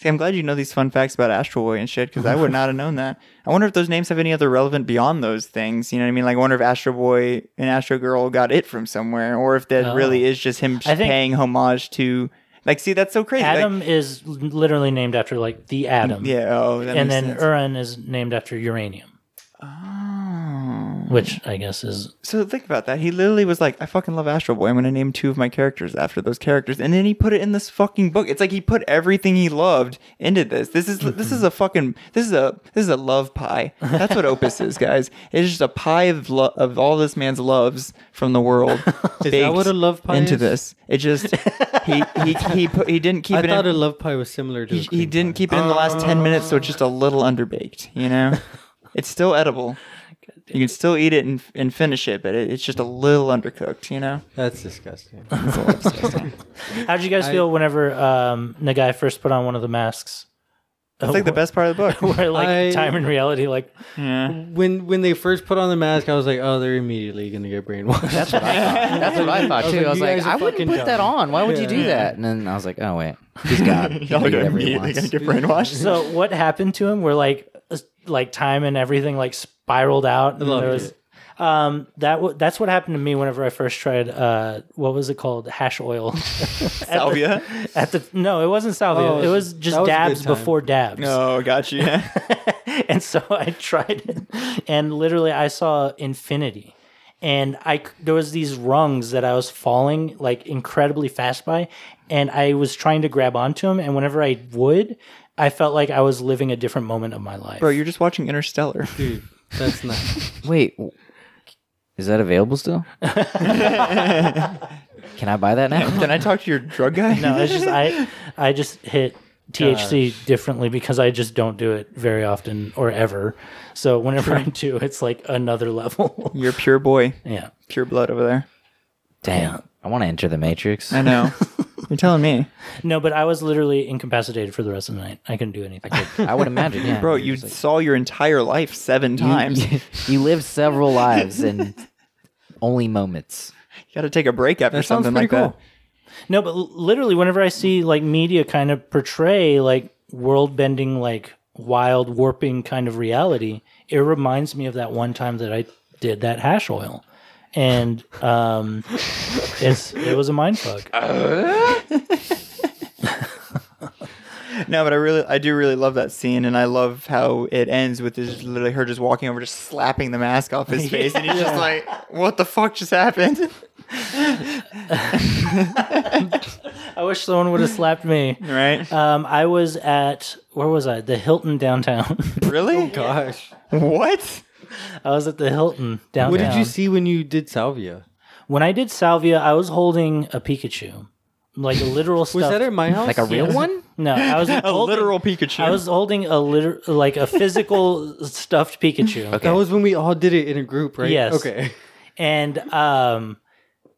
Speaker 8: See, I'm glad you know these fun facts about Astral Boy and shit because I would not have known that. I wonder if those names have any other relevant beyond those things. You know what I mean? Like, I wonder if Astro Boy and Astro Girl got it from somewhere, or if that
Speaker 7: Oh.
Speaker 8: really is just him
Speaker 7: I think-
Speaker 8: paying homage to. Like, see, that's so crazy. Like,
Speaker 7: Adam is l- literally named after like the Adam.
Speaker 8: yeah. Oh, that
Speaker 7: and
Speaker 8: makes
Speaker 7: then
Speaker 8: sense.
Speaker 7: Uran is named after uranium.
Speaker 8: Oh.
Speaker 7: Which I guess is
Speaker 8: so think about that. He literally was like, "I fucking love Astro Boy. I'm gonna name two of my characters after those characters," and then he put it in this fucking book. It's like he put everything he loved into this. This is this is a fucking this is a this is a love pie. That's what Opus is, guys. It's just a pie of lo- of all this man's loves from the world. is
Speaker 9: what a love pie
Speaker 8: into
Speaker 9: is?
Speaker 8: this? It just he he he put, he didn't keep
Speaker 9: I
Speaker 8: it.
Speaker 9: thought
Speaker 8: in,
Speaker 9: a love pie was similar to.
Speaker 8: he,
Speaker 9: a
Speaker 8: he
Speaker 9: cream
Speaker 8: didn't keep it in the last 10 minutes so it's just a little underbaked you know it's still edible you can still eat it and, and finish it but it, it's just a little undercooked you know
Speaker 9: pie. That's disgusting.
Speaker 7: How did you guys feel whenever um, Nagai first put on one of the masks?
Speaker 8: it's like the best part of the book
Speaker 7: Where like
Speaker 9: I-
Speaker 7: time and reality, like
Speaker 9: when when they first put on the mask, I was like, oh, they're immediately gonna get brainwashed. That's what
Speaker 10: that's what I thought too. I was
Speaker 9: "You
Speaker 10: like,
Speaker 9: guys are
Speaker 10: I wouldn't
Speaker 9: fucking
Speaker 10: put
Speaker 9: dumb."
Speaker 10: that on. Why would you do that? And then I was like, oh wait, he's God. He can do whatever he
Speaker 8: immediately gonna
Speaker 10: wants.
Speaker 8: get brainwashed
Speaker 7: so. What happened to him? Where like s- like time and everything like spiraled out. And
Speaker 9: loved
Speaker 7: there was, Um, that w- that's what happened to me whenever I first tried. Uh, what was it called? Hash oil.
Speaker 8: salvia
Speaker 7: At the no, it wasn't salvia.
Speaker 9: Oh,
Speaker 7: it was
Speaker 9: that
Speaker 7: just
Speaker 9: was a good
Speaker 7: dabs
Speaker 9: time.
Speaker 7: before dabs.
Speaker 8: oh got you yeah.
Speaker 7: and so I tried it, and literally I saw infinity, and I c- there was these rungs that I was falling like incredibly fast by, and I was trying to grab onto them, and whenever I would, I felt like I was living a different moment of my life.
Speaker 8: bro you're just watching interstellar
Speaker 9: Dude, that's not.
Speaker 10: Wait, w- is that available still? can I buy that now?
Speaker 8: can i talk to your drug guy
Speaker 7: no, it's just I I just hit. THC differently because I just don't do it very often or ever. So whenever I do, it's like another level.
Speaker 8: you're a pure boy
Speaker 7: yeah.
Speaker 8: pure blood over there
Speaker 10: Damn, I want to enter the Matrix.
Speaker 8: i know you're telling me
Speaker 7: No, but I was literally incapacitated for the rest of the night. I couldn't do anything.
Speaker 10: I would imagine, yeah.
Speaker 8: bro you saw your entire life seven times you,
Speaker 10: you, you lived several lives and only moments.
Speaker 8: gotta take a break after
Speaker 9: That sounds
Speaker 8: something
Speaker 9: pretty
Speaker 8: like
Speaker 9: cool.
Speaker 8: that
Speaker 7: No, but l- literally, whenever I see like media kind of portray like world bending, like wild warping kind of reality, it reminds me of that one time that I did that hash oil, and um, it's it was a mind fuck.
Speaker 8: No, but I really, I do really love that scene, and I love how it ends with this literally her just walking over, just slapping the mask off his face, and he's just like, "What the fuck just happened?"
Speaker 7: I wish someone would have slapped me.
Speaker 8: Right?
Speaker 7: Um, I was at where was I? The Hilton downtown.
Speaker 8: really?
Speaker 9: Gosh,
Speaker 8: What?
Speaker 7: I was at the Hilton downtown.
Speaker 9: what did you see when you did salvia?
Speaker 7: When I did Salvia, I was holding a Pikachu, like a literal stuff.
Speaker 9: Was that at my house?
Speaker 10: Like a real one?
Speaker 7: No, I was
Speaker 8: A literal Pikachu.
Speaker 7: I was holding a liter- like a physical stuffed Pikachu.
Speaker 9: That was when we all did it in a group, right?
Speaker 7: Yes.
Speaker 9: Okay.
Speaker 7: And um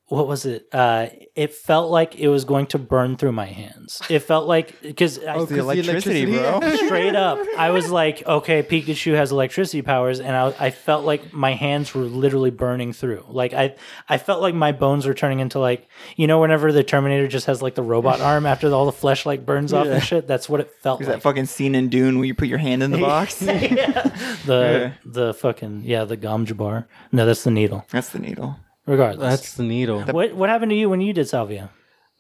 Speaker 7: what was it? Uh, it felt like it was going to burn through my hands. It felt like because
Speaker 9: Oh,
Speaker 7: I
Speaker 8: The electricity, bro.
Speaker 7: straight up, I was like, okay, Pikachu has electricity powers, and I, I felt like my hands were literally burning through. Like I, I felt like my bones were turning into like you know whenever the Terminator just has like the robot arm after all the flesh like burns off and shit. That's what it felt
Speaker 8: There's
Speaker 7: like.
Speaker 8: that fucking scene in Dune where you put your hand in the box.
Speaker 7: the the fucking yeah the gum jabar. No, that's the needle.
Speaker 8: That's the needle.
Speaker 7: Regardless,
Speaker 9: That's the needle.
Speaker 7: what what happened to you when you did Salvia?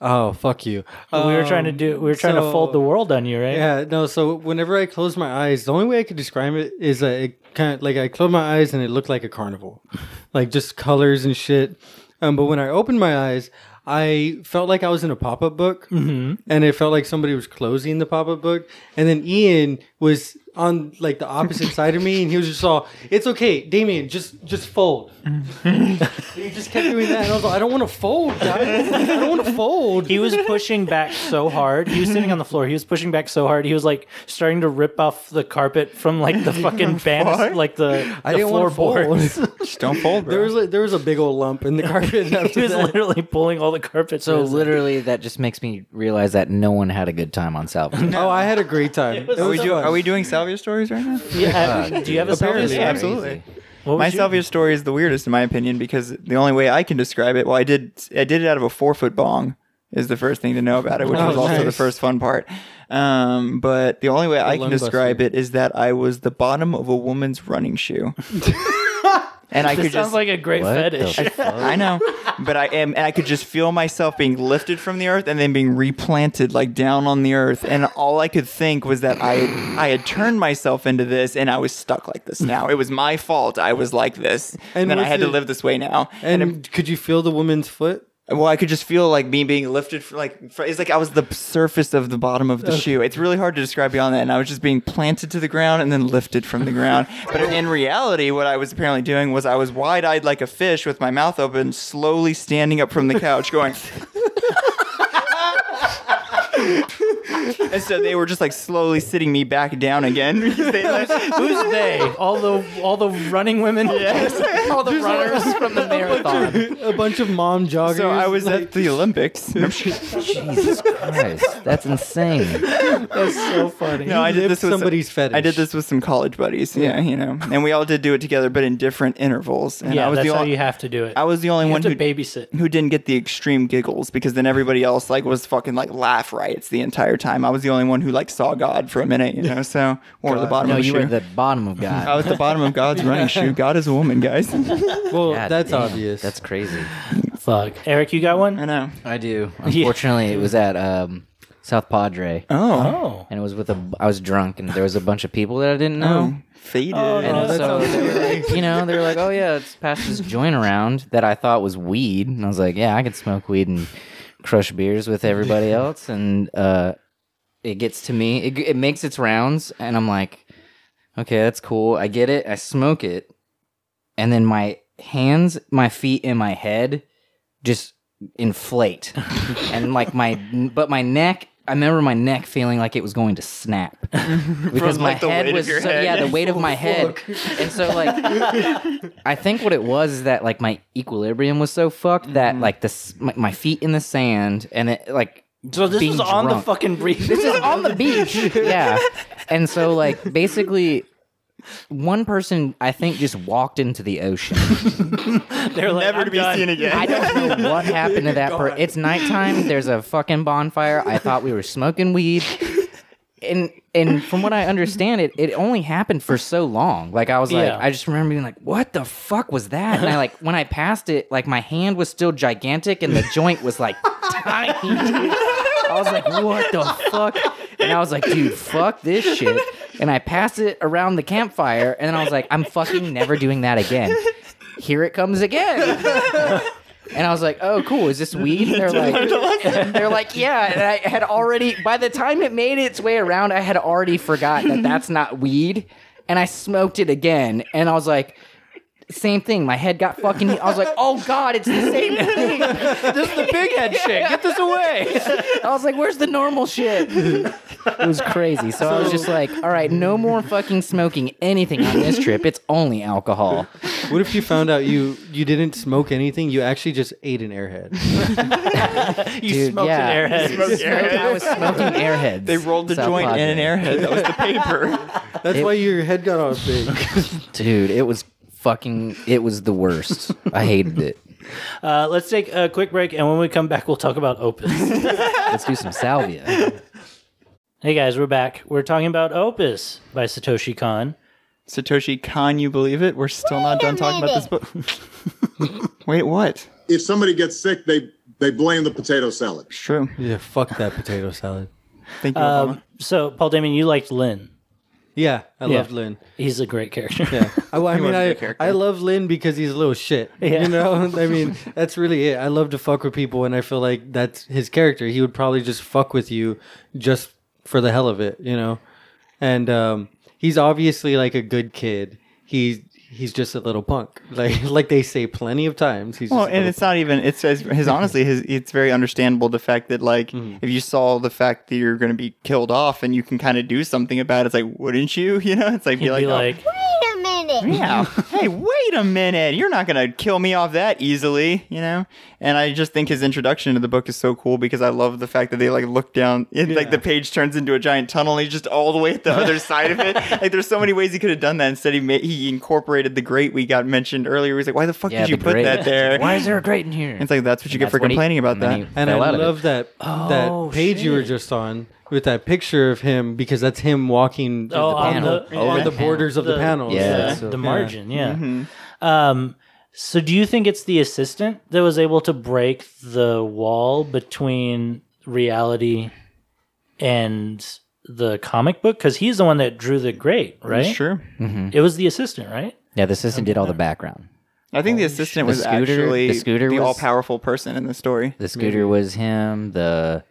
Speaker 9: Oh, fuck you.
Speaker 7: we were trying to do we were trying to
Speaker 9: Um, so-
Speaker 7: fold the world on you, right?
Speaker 9: Yeah, no. So whenever I close my eyes, the only way I could describe it is that it kind of like I closed my eyes and it looked like a carnival, like just colors and shit. Um, but when I opened my eyes, I felt like I was in a pop-up book, and it felt like somebody was closing the pop-up book, and then Ian was on like the opposite side of me, and he was just all, "It's okay, Damien, just just fold." And he just kept doing that, and I was like, "I don't want to fold, guys. I don't want to fold."
Speaker 7: He was pushing back so hard. He was sitting on the floor. He was pushing back so hard. He was like starting to rip off the carpet from like the fucking banister, like the,
Speaker 9: I
Speaker 7: the
Speaker 9: didn't want to
Speaker 7: floorboards.
Speaker 9: fold.
Speaker 8: Just don't fold, bro.
Speaker 9: There was a, there was a big old lump in the carpet.
Speaker 7: he
Speaker 9: after
Speaker 7: was
Speaker 9: that.
Speaker 7: literally pulling all the carpet.
Speaker 10: So
Speaker 7: to his-
Speaker 10: literally, that just makes me realize that no one had a good time on Salvador.
Speaker 9: oh, I had a great time.
Speaker 7: was
Speaker 9: It
Speaker 8: are, we
Speaker 9: was
Speaker 8: do,
Speaker 9: fun.
Speaker 8: are we doing Salvia stories right now?
Speaker 7: yeah, do you have a Salvia?
Speaker 9: Apparently,
Speaker 7: story?
Speaker 8: absolutely.
Speaker 7: What was
Speaker 8: My
Speaker 7: your-
Speaker 8: Salvia story is the weirdest in my opinion because the only way I can describe it, well, I did I did it out of a four foot bong is the first thing to know about it, which
Speaker 9: Oh,
Speaker 8: was also the
Speaker 9: nice.
Speaker 8: first fun part. Um, but the only way I can
Speaker 9: lung
Speaker 8: describe
Speaker 9: buster.
Speaker 8: it is that I was the bottom of a woman's running shoe, and I could
Speaker 7: Sounds
Speaker 8: just
Speaker 7: like a great
Speaker 10: What the
Speaker 7: fetish.
Speaker 8: I know, but I am, and I could just feel myself being lifted from the earth and then being replanted like down on the earth. And all I could think was that I, I had turned myself into this, and I was stuck like this now. It was my fault. I was like this, and
Speaker 9: And
Speaker 8: then I
Speaker 9: was
Speaker 8: had to
Speaker 9: it-
Speaker 8: live this way now.
Speaker 9: And could you feel the woman's foot?
Speaker 8: Well, I could just feel like me being lifted, fr like fr- it's like I was the surface of the bottom of the shoe. It's really hard to describe beyond that, and I was just being planted to the ground and then lifted from the ground. But in reality, what I was apparently doing was I was wide-eyed like a fish with my mouth open, slowly standing up from the couch, going. and so they were just like slowly sitting me back down again. they, like,
Speaker 7: Who's they? All the all the running women. all the runners from the marathon.
Speaker 9: A bunch of mom joggers.
Speaker 8: so I was
Speaker 9: like,
Speaker 8: at the Olympics.
Speaker 10: Jesus Christ, that's insane.
Speaker 7: That's so funny.
Speaker 8: No, I did
Speaker 9: lived
Speaker 8: this with
Speaker 9: somebody's fetish.
Speaker 8: I did this with some college buddies. Yeah, you know, and we all did do it together, but in different intervals. And
Speaker 7: yeah,
Speaker 8: I was
Speaker 7: that's
Speaker 8: the
Speaker 7: how
Speaker 8: only,
Speaker 7: you have to do it.
Speaker 8: I was the only
Speaker 7: you
Speaker 8: one
Speaker 7: have to
Speaker 8: who
Speaker 7: babysit.
Speaker 8: who didn't get the extreme giggles because then everybody else like was fucking like laugh riots the entire time. I was the only one who like saw God for a minute, you know. So or the bottom
Speaker 10: No,
Speaker 8: of the
Speaker 10: you
Speaker 8: shoe.
Speaker 10: were at the bottom of
Speaker 8: I
Speaker 10: God.
Speaker 8: was the bottom of God's running shoe. God is a woman, guys. I
Speaker 9: well,
Speaker 10: God
Speaker 9: that's
Speaker 10: damn,
Speaker 9: obvious.
Speaker 10: That's crazy.
Speaker 7: Fuck, Eric, you got one?
Speaker 8: know.
Speaker 10: I do. Unfortunately, it was at um, South Padre,
Speaker 8: Oh,
Speaker 7: Oh,
Speaker 10: and it was with a. I was drunk, and there was a bunch of people that I didn't know.
Speaker 8: Oh. faded.
Speaker 10: And so, Oh, they were like, you know, they were like, "Oh yeah, let's pass this joint around that I thought was weed," and I was like, "Yeah, I could smoke weed and crush beers with everybody else." And uh, it gets to me, it, it makes its rounds, and I'm like, "Okay, that's cool. I get it. I smoke it." And then my hands, my feet, and my head just inflate, and like my, but my neck. I remember my neck feeling like it was going to snap because
Speaker 8: From,
Speaker 10: my
Speaker 8: like, the
Speaker 10: head
Speaker 8: weight of
Speaker 10: was
Speaker 8: your
Speaker 10: so,
Speaker 8: head.
Speaker 10: yeah the weight of my head and so like i think what it was is that like my equilibrium was so fucked that
Speaker 8: Mm-hmm.
Speaker 10: like this my, my feet in the sand and it like
Speaker 7: so this
Speaker 10: being
Speaker 7: was on the
Speaker 10: drunk.
Speaker 7: fucking brief. This
Speaker 10: is on the beach. yeah. And so like basically one person I think just walked into the ocean.
Speaker 7: They're like,
Speaker 8: Never
Speaker 7: I'm
Speaker 8: to be
Speaker 7: done.
Speaker 8: seen again.
Speaker 10: I don't know what happened to that person. It's nighttime, there's a fucking bonfire. I thought we were smoking weed. And and from what I understand it it only happened for so long. Like I was like
Speaker 7: Yeah.
Speaker 10: I just remember being like what the fuck was that? And I like when I passed it like my hand was still gigantic and the joint was like tiny. dude. I was like, what the fuck? And I was like, dude, fuck this shit. And I passed it around the campfire, and then I was like, I'm fucking never doing that again. Here it comes again. And I was like, oh, cool, is this weed? And they're like, they're like, yeah. And I had already, by the time it made its way around, I had already forgotten that that's not weed. And I smoked it again, and I was like, same thing. My head got fucking. I was like, oh god, it's the same thing. This is the big head shit. Get this away. I was like, where's the normal shit? It was crazy. So I was just like, all right, no more fucking smoking anything on this trip. It's only alcohol.
Speaker 9: What if you found out you you didn't smoke anything? You actually just ate an airhead.
Speaker 7: You
Speaker 10: Dude,
Speaker 7: smoked
Speaker 10: yeah.
Speaker 7: an airhead.
Speaker 10: I was smoking airheads.
Speaker 8: They rolled the
Speaker 10: South
Speaker 8: joint
Speaker 10: Padre.
Speaker 8: in an airhead. That was the paper.
Speaker 9: That's why your head got all big.
Speaker 10: Dude, it was fucking. It was the worst. I hated it.
Speaker 7: Uh, let's take a quick break, and when we come back, we'll talk about Opus.
Speaker 10: Let's do some salvia.
Speaker 7: hey guys, we're back. We're talking about Opus by Satoshi Kon.
Speaker 8: Satoshi Khan, you believe it? We're still not done talking about this book. Wait, what?
Speaker 5: If somebody gets sick, they they blame the potato salad.
Speaker 8: It's true. Um,
Speaker 9: Yeah, fuck that potato salad.
Speaker 8: Thank you, Obama.
Speaker 7: So, Paul Damon, you liked Lynn.
Speaker 9: Yeah, I
Speaker 7: Yeah.
Speaker 9: loved Lynn.
Speaker 7: He's a great character.
Speaker 9: Yeah, I, I mean,
Speaker 8: was a good
Speaker 9: I,
Speaker 8: character.
Speaker 9: I love Lynn because he's a little shit.
Speaker 7: Yeah.
Speaker 9: You know, I mean, that's really it. I love to fuck with people, and I feel like that's his character. He would probably just fuck with you just for the hell of it, you know. And um, he's obviously like a good kid. He's he's just a little punk, like like they say plenty of times. He's
Speaker 8: Well,
Speaker 9: just a
Speaker 8: and
Speaker 9: little
Speaker 8: it's not even. It's as his honestly. His it's very understandable the fact that like if you saw the fact that you're going to be killed off and you can kind of do something about it, it's like wouldn't you? You know, it's like
Speaker 7: He'd
Speaker 8: be like,
Speaker 7: be
Speaker 8: oh,
Speaker 7: like,
Speaker 6: Wait a minute.
Speaker 8: yeah, hey, wait a minute, you're not going to kill me off that easily, you know. And I just think his introduction to the book is so cool because I love the fact that they like look down, and, like the page turns into a giant tunnel, and he's just all the way at the other side of it. Like there's so many ways he could have done that. Instead, he ma- he incorporated the grate we got mentioned earlier. He's like, why the fuck
Speaker 10: Yeah,
Speaker 8: did you
Speaker 10: the
Speaker 8: put
Speaker 10: grate.
Speaker 8: that there?
Speaker 10: Why is there a grate in here?
Speaker 8: It's like that's what you get
Speaker 10: That's
Speaker 8: for
Speaker 10: when he-
Speaker 8: complaining about
Speaker 10: and then
Speaker 8: that.
Speaker 10: he
Speaker 9: And I
Speaker 10: fell out of it.
Speaker 9: love that
Speaker 7: Oh,
Speaker 9: that page you were
Speaker 7: shit.
Speaker 9: just on with that picture of him because that's him walking through
Speaker 7: Oh,
Speaker 9: the
Speaker 7: on
Speaker 9: panel,
Speaker 7: the-
Speaker 9: on
Speaker 10: yeah.
Speaker 9: the borders of the,
Speaker 7: The-
Speaker 9: panels.
Speaker 10: Yeah,
Speaker 7: uh,
Speaker 10: that's so-
Speaker 7: the margin, yeah. Um, so, do you think it's the assistant that was able to break the wall between reality and the comic book? Because he's the one that drew the grate, right?
Speaker 8: Sure.
Speaker 7: It was the assistant, right?
Speaker 10: yeah, the assistant did all the background.
Speaker 8: I think the assistant
Speaker 10: The
Speaker 8: was
Speaker 10: scooter-
Speaker 8: actually
Speaker 10: the scooter was-
Speaker 8: all powerful person in the story.
Speaker 10: The scooter was him. The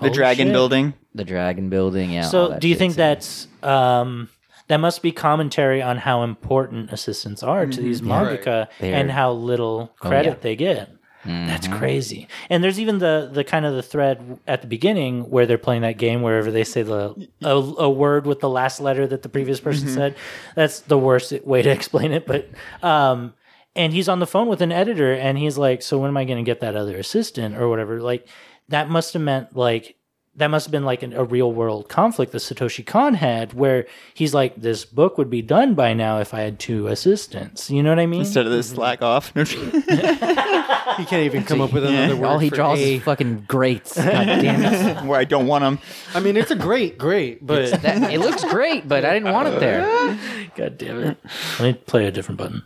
Speaker 8: The
Speaker 7: Oh,
Speaker 8: dragon
Speaker 7: shit.
Speaker 8: building.
Speaker 10: the dragon building. Yeah. all
Speaker 7: So,
Speaker 10: that
Speaker 7: do you
Speaker 10: shit's
Speaker 7: think
Speaker 10: in
Speaker 7: that's um, that must be commentary on how important assistants are to these mangaka
Speaker 10: They're- Oh,
Speaker 7: and how little credit
Speaker 10: yeah.
Speaker 7: they get? That's crazy. And there's even the the kind of the thread at the beginning where they're playing that game wherever they say the a, a word with the last letter that the previous person said. That's the worst way to explain it, but um and he's on the phone with an editor and he's like, "So when am I going to get that other assistant or whatever?" Like that must have meant like that must have been like an, a real world conflict that Satoshi Khan had, where he's like, "This book would be done by now if I had two assistants." You know what I mean?
Speaker 8: Instead of this slack off. No,
Speaker 9: He can't even come up with another word.
Speaker 10: All he
Speaker 9: for
Speaker 10: draws
Speaker 9: A.
Speaker 10: is fucking grates. God damn it.
Speaker 8: where I don't want them.
Speaker 9: I mean, it's a great, great, but
Speaker 10: That- it looks great, but I didn't want it there.
Speaker 7: God damn it! Let me play a different button.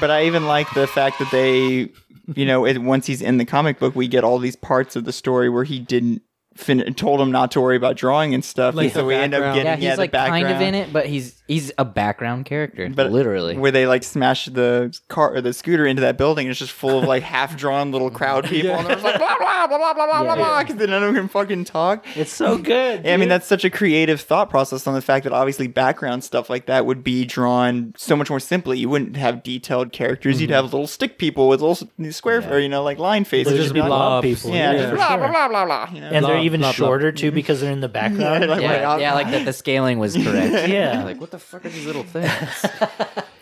Speaker 8: But I even like the fact that they, you know, it, once he's in the comic book, we get all these parts of the story where he didn't. Fin- told him not to worry about drawing and stuff,
Speaker 9: Like
Speaker 8: and so
Speaker 9: the
Speaker 8: we end up
Speaker 9: background.
Speaker 8: getting
Speaker 10: Yeah,
Speaker 8: yeah,
Speaker 10: he's
Speaker 8: the
Speaker 10: like kind of
Speaker 8: background.
Speaker 10: in it, but he's he's a background character,
Speaker 8: But
Speaker 10: literally.
Speaker 8: where they like smash the car or the scooter into that building, and it's just full of like half drawn little crowd people, and they're just like blah blah blah blah blah blah blah blah, because none of them can fucking talk.
Speaker 7: It's so good.
Speaker 8: Yeah, I mean, that's such a creative thought process on the fact that obviously background stuff like that would be drawn so much more simply. You wouldn't have detailed characters.
Speaker 9: Mm-hmm.
Speaker 8: You'd have little stick people with little s- square, or, you know, like line faces.
Speaker 9: just
Speaker 8: You'd
Speaker 9: be
Speaker 8: like,
Speaker 9: lob.
Speaker 7: Blob
Speaker 9: blobs.
Speaker 7: people.
Speaker 8: yeah,
Speaker 7: yeah,
Speaker 8: just
Speaker 7: for
Speaker 8: blah,
Speaker 7: sure.
Speaker 8: blah, blah, blah, blah, you know?
Speaker 7: And they're
Speaker 9: Blob,
Speaker 7: even
Speaker 9: blob, blob.
Speaker 7: shorter too because they're in the background.
Speaker 8: like,
Speaker 10: yeah,
Speaker 8: right on.
Speaker 10: yeah, like that the scaling was correct.
Speaker 7: Yeah.
Speaker 10: Like, what the fuck are these little things?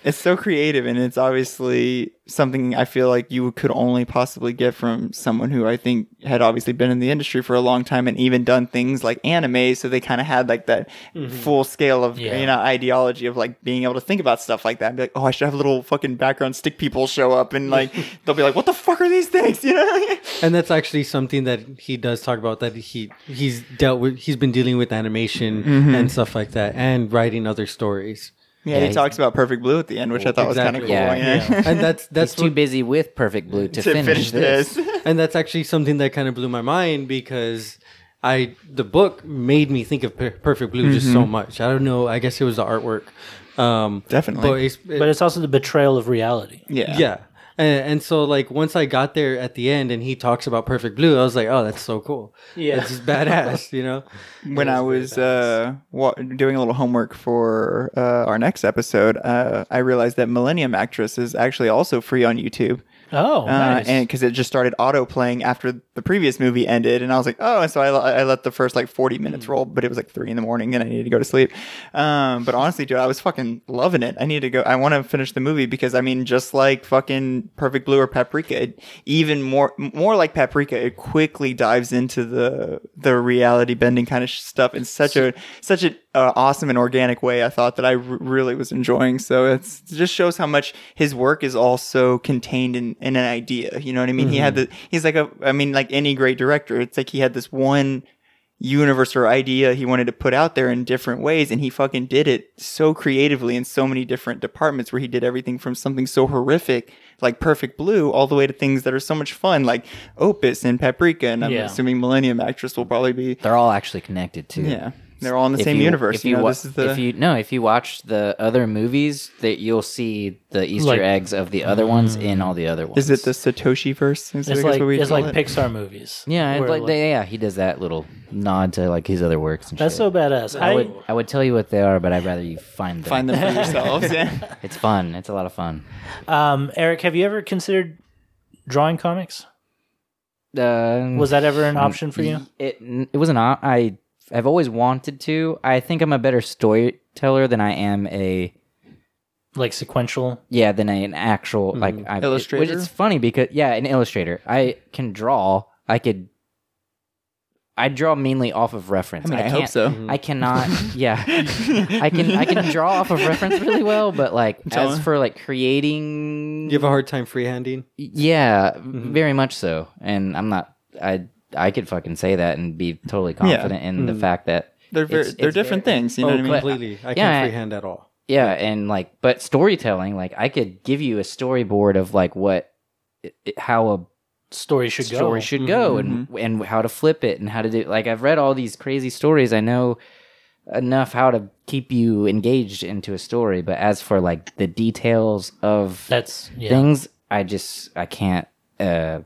Speaker 8: It's so creative, and it's obviously something I feel like you could only possibly get from someone who I think had obviously been in the industry for a long time and even done things like anime. So they kind of had like that full scale of
Speaker 7: Yeah.
Speaker 8: you know ideology of like being able to think about stuff like that. And be like, oh, I should have little fucking background stick people show up, and like they'll be like, what the fuck are these things? You know?
Speaker 9: and that's actually something that he does talk about that he he's dealt with. He's been dealing with animation and stuff like that, and writing other stories.
Speaker 8: yeah, he
Speaker 10: he's-
Speaker 8: talks about Perfect Blue at the end, which I thought was kind of
Speaker 9: Exactly.
Speaker 8: cool.
Speaker 10: Yeah.
Speaker 8: Yeah.
Speaker 9: And that's that's
Speaker 10: He's too
Speaker 9: what-
Speaker 10: busy with Perfect Blue to,
Speaker 8: to finish, this.
Speaker 9: and that's actually something that kind of blew my mind because I the book made me think of Per- Perfect Blue just so much. I don't know. I guess it was the artwork. Um,
Speaker 8: Definitely.
Speaker 9: but it's,
Speaker 7: But it's also the betrayal of reality.
Speaker 8: yeah.
Speaker 9: yeah. And, and so like once I got there at the end and he talks about Perfect Blue, I was like, oh, that's so cool.
Speaker 7: Yeah.
Speaker 9: it's just badass, you know.
Speaker 8: when I was uh, wa- doing a little homework for uh, our next episode, uh, I realized that Millennium Actress is actually also free on YouTube.
Speaker 7: Oh,
Speaker 8: uh,
Speaker 7: nice.
Speaker 8: and because it just started auto playing after the previous movie ended, and I was like, oh, and so I, I let the first like forty
Speaker 7: Hmm.
Speaker 8: minutes roll, but it was like three in the morning, and I needed to go to sleep. Um, but honestly, dude, I was fucking loving it. I need to go. I want to finish the movie because I mean, just like fucking Perfect Blue or Paprika, it, even more more like Paprika, it quickly dives into the the reality bending kind of stuff in such a such an uh, awesome and organic way. I thought that I r- really was enjoying. So it's, it just shows how much his work is also contained in, in an idea. You know what I mean? He had the he's like a I mean like any great director. It's like he had this one universe or idea he wanted to put out there in different ways and he fucking did it so creatively in so many different departments where he did everything from something so horrific like perfect blue all the way to things that are so much fun like opus and paprika and i'm
Speaker 7: Yeah.
Speaker 8: assuming millennium actress will probably be
Speaker 10: They're all actually connected too.
Speaker 8: yeah they're all in the same universe
Speaker 10: If
Speaker 8: you, know
Speaker 10: wa-
Speaker 8: this is the
Speaker 10: if you no, if you watch the other movies, that you'll see the Easter
Speaker 7: Like-
Speaker 10: eggs of the other ones in all the other ones.
Speaker 8: Mm. Is it the Satoshi verse? Is
Speaker 7: it's
Speaker 8: that
Speaker 7: like
Speaker 8: what we
Speaker 7: it's
Speaker 8: call
Speaker 7: like
Speaker 8: it?
Speaker 7: Pixar movies.
Speaker 10: Yeah, and
Speaker 7: where,
Speaker 10: like, they, yeah, he does that little nod to like his other works. And
Speaker 7: that's
Speaker 10: shit.
Speaker 7: so badass. I,
Speaker 10: I would I would tell you what they are, but I'd rather you find them.
Speaker 8: find them for yourselves. Yeah.
Speaker 10: It's fun. It's a lot of fun.
Speaker 7: um, Eric, have you ever considered drawing comics?
Speaker 10: Uh,
Speaker 7: Was that ever an option for you?
Speaker 10: It it was an op- I I've always wanted to. I think I'm a better storyteller than I am a
Speaker 7: Like sequential?
Speaker 10: yeah than a, an actual like I, it- which
Speaker 8: Mm-hmm. Illustrator?
Speaker 10: it's funny because yeah, an illustrator. I can draw. I could. I draw mainly off of
Speaker 8: I
Speaker 10: reference.
Speaker 8: mean, I hope
Speaker 10: can't-
Speaker 8: so.
Speaker 10: I cannot. Yeah, I can. I can draw off of reference really well, but like
Speaker 8: Tell
Speaker 10: as
Speaker 8: her.
Speaker 10: for like creating,
Speaker 9: You have a hard time freehanding.
Speaker 10: Yeah, very much so. And I'm not. I I could fucking say that and be totally confident in the fact that
Speaker 8: They're very,
Speaker 10: it's-
Speaker 8: they're
Speaker 10: it's
Speaker 8: different
Speaker 10: very-
Speaker 8: things. You know
Speaker 9: oh,
Speaker 8: what I mean?
Speaker 9: completely. I can't
Speaker 10: yeah, I-
Speaker 9: freehand at all.
Speaker 10: Yeah, and like, but storytelling, like, I could give you a storyboard of like what, it, it- how a
Speaker 7: Story should go.
Speaker 10: story should go and and how to flip it and how to do like I've read all these crazy stories. I know enough how to keep you engaged into a story, but as for like the details of
Speaker 7: That's yeah.
Speaker 10: things, I just I can't uh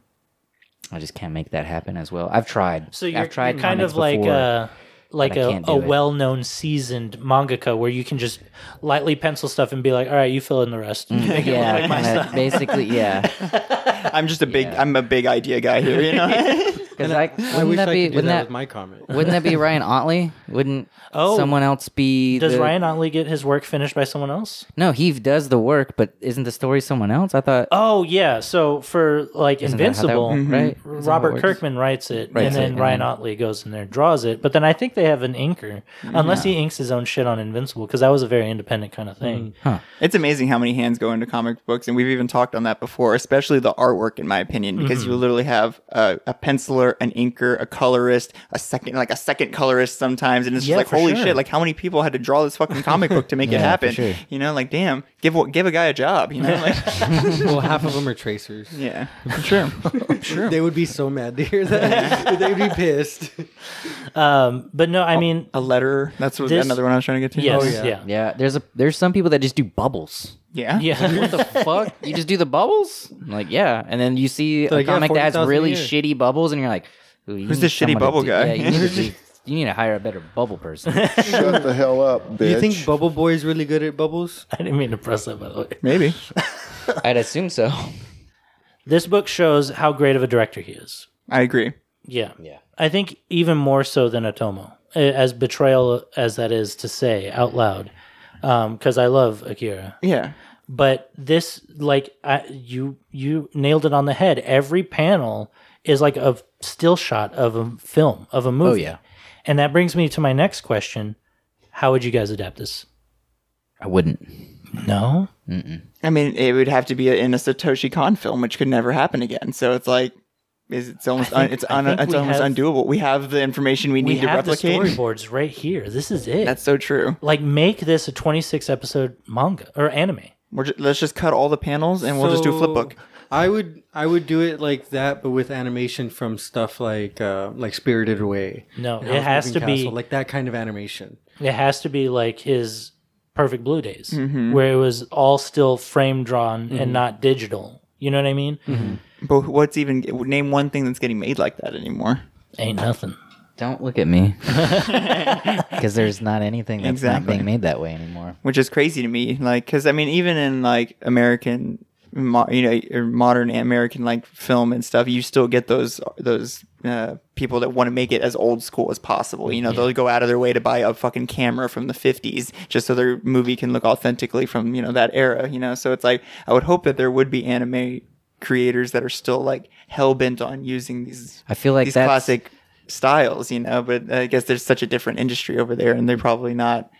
Speaker 10: I just can't make that happen as well. I've tried.
Speaker 7: So you're,
Speaker 10: I've tried
Speaker 7: you're kind
Speaker 10: comics
Speaker 7: of like uh,
Speaker 10: before.
Speaker 7: a like
Speaker 10: I
Speaker 7: a,
Speaker 10: can't do
Speaker 7: a
Speaker 10: it.
Speaker 7: well-known seasoned mangaka where you can just lightly pencil stuff and be like, all right, you fill in the rest. Make it look
Speaker 10: Mm, yeah,
Speaker 7: like my
Speaker 10: kinda
Speaker 7: stuff.
Speaker 10: basically, yeah.
Speaker 8: I'm just a big
Speaker 10: Yeah.
Speaker 8: I'm a big idea guy here. You know,
Speaker 10: 'Cause I,
Speaker 9: I
Speaker 10: wouldn't
Speaker 9: wish I
Speaker 10: that
Speaker 9: could
Speaker 10: be
Speaker 9: do that,
Speaker 10: wouldn't that,
Speaker 9: with my comment.
Speaker 10: wouldn't that be Ryan Otley? Wouldn't
Speaker 7: Oh.
Speaker 10: someone else be?
Speaker 7: Does
Speaker 10: the-
Speaker 7: Ryan Otley get his work finished by someone else?
Speaker 10: No, he does the work, but isn't the story someone else? I thought
Speaker 7: Oh yeah. So for like
Speaker 10: isn't that how that-
Speaker 7: Invincible,
Speaker 10: right? Isn't that how it
Speaker 7: Robert
Speaker 10: works?
Speaker 7: Kirkman writes it,
Speaker 10: Writes
Speaker 7: and
Speaker 10: it,
Speaker 7: then
Speaker 10: and
Speaker 7: Ryan
Speaker 10: then-
Speaker 7: Otley goes in there and draws it. But then I think they have an inker, unless he inks his own shit on Invincible, because that was a very independent kind of thing.
Speaker 8: it's amazing how many hands go into comic books, and we've even talked on that before. Especially the artwork, in my opinion, because you literally have a, a penciler, an inker, a colorist, a second like a second colorist sometimes, and it's
Speaker 7: Yeah,
Speaker 8: just like
Speaker 7: for
Speaker 8: holy
Speaker 7: sure.
Speaker 8: shit! Like how many people had to draw this fucking comic book to make it
Speaker 10: for
Speaker 8: happen?
Speaker 10: sure.
Speaker 8: You know, like damn, give give a guy a job. You know, like
Speaker 9: well, half of them are tracers.
Speaker 8: yeah, sure.
Speaker 9: They would be so mad to hear that. They'd be pissed.
Speaker 7: Um, but no, I mean,
Speaker 8: a letter. That's what,
Speaker 7: This-
Speaker 8: another one I was trying to Oh, get to.
Speaker 7: yes,
Speaker 9: yeah.
Speaker 7: yeah,
Speaker 10: Oh. Yeah, there's a there's some people that just do bubbles.
Speaker 8: yeah,
Speaker 7: yeah.
Speaker 10: What the fuck? You just do the bubbles? I'm like, yeah. And then you see a
Speaker 9: like, yeah,
Speaker 10: comic that has
Speaker 9: 40,000 a
Speaker 10: really
Speaker 9: year.
Speaker 10: shitty bubbles, and you're like, ooh, you
Speaker 8: Who's
Speaker 10: need
Speaker 8: this shitty
Speaker 10: someone to
Speaker 8: bubble
Speaker 10: do-
Speaker 8: guy?
Speaker 10: Yeah, you, need to do- you need to hire a better bubble person.
Speaker 11: Shut the hell up, bitch.
Speaker 9: Do you think Bubble Boy is really good at bubbles?
Speaker 7: I didn't mean to press that, by the way.
Speaker 8: Maybe.
Speaker 10: I'd assume so.
Speaker 7: This book shows how great of a director he is.
Speaker 8: I agree.
Speaker 7: Yeah. Yeah. I think even more so than Otomo, a- as betrayal as that is to say out loud, because I love Akira.
Speaker 8: Yeah.
Speaker 7: But this, like, I, you you nailed it on the head. Every panel is like a still shot of a film of a movie.
Speaker 10: Oh, yeah.
Speaker 7: And that brings me to my next question: How would you guys adapt this?
Speaker 10: I wouldn't.
Speaker 7: No.
Speaker 8: I mean, it would have to be in a Satoshi Kon film, which could never happen again. So it's like, is it's almost un,
Speaker 7: think-
Speaker 8: it's
Speaker 7: I
Speaker 8: un,
Speaker 7: think
Speaker 8: it's
Speaker 7: we
Speaker 8: almost
Speaker 7: have-
Speaker 8: undoable. We have the information we
Speaker 7: We
Speaker 8: need to
Speaker 7: have the
Speaker 8: replicate.
Speaker 7: storyboards right here. This is it.
Speaker 8: That's so true.
Speaker 7: like make this a 26 episode manga or anime.
Speaker 8: We're just, let's just cut all the panels and we'll just do a flip book.
Speaker 9: So, I would I would do it like that, but with animation from stuff like uh, like Spirited Away.
Speaker 7: No,
Speaker 9: and
Speaker 7: it
Speaker 9: Howl's
Speaker 7: has
Speaker 9: Moving
Speaker 7: to be-
Speaker 9: like that kind of animation.
Speaker 7: It has to be like his perfect blue days
Speaker 8: Mm-hmm.
Speaker 7: where it was all still frame drawn and not digital. You know what I mean?
Speaker 8: Mm-hmm. But what's even name one thing that's getting made like that anymore?
Speaker 7: Ain't nothing.
Speaker 10: Don't look at me. Because there's not anything that's not
Speaker 8: Exactly.
Speaker 10: being made that way anymore.
Speaker 8: which is crazy to me like because i mean even in like american mo- you know your modern American like film and stuff, you still get those those uh, people that want to make it as old school as possible. You know, they'll go out of their way to buy a fucking camera from the '50s just so their movie can look authentically from you know that era. You know, so it's like I would hope that there would be anime creators that are still like hell bent on using these.
Speaker 10: I feel like
Speaker 8: these
Speaker 10: that's-
Speaker 8: classic styles, you know. But I guess there's such a different industry over there, and they're probably not.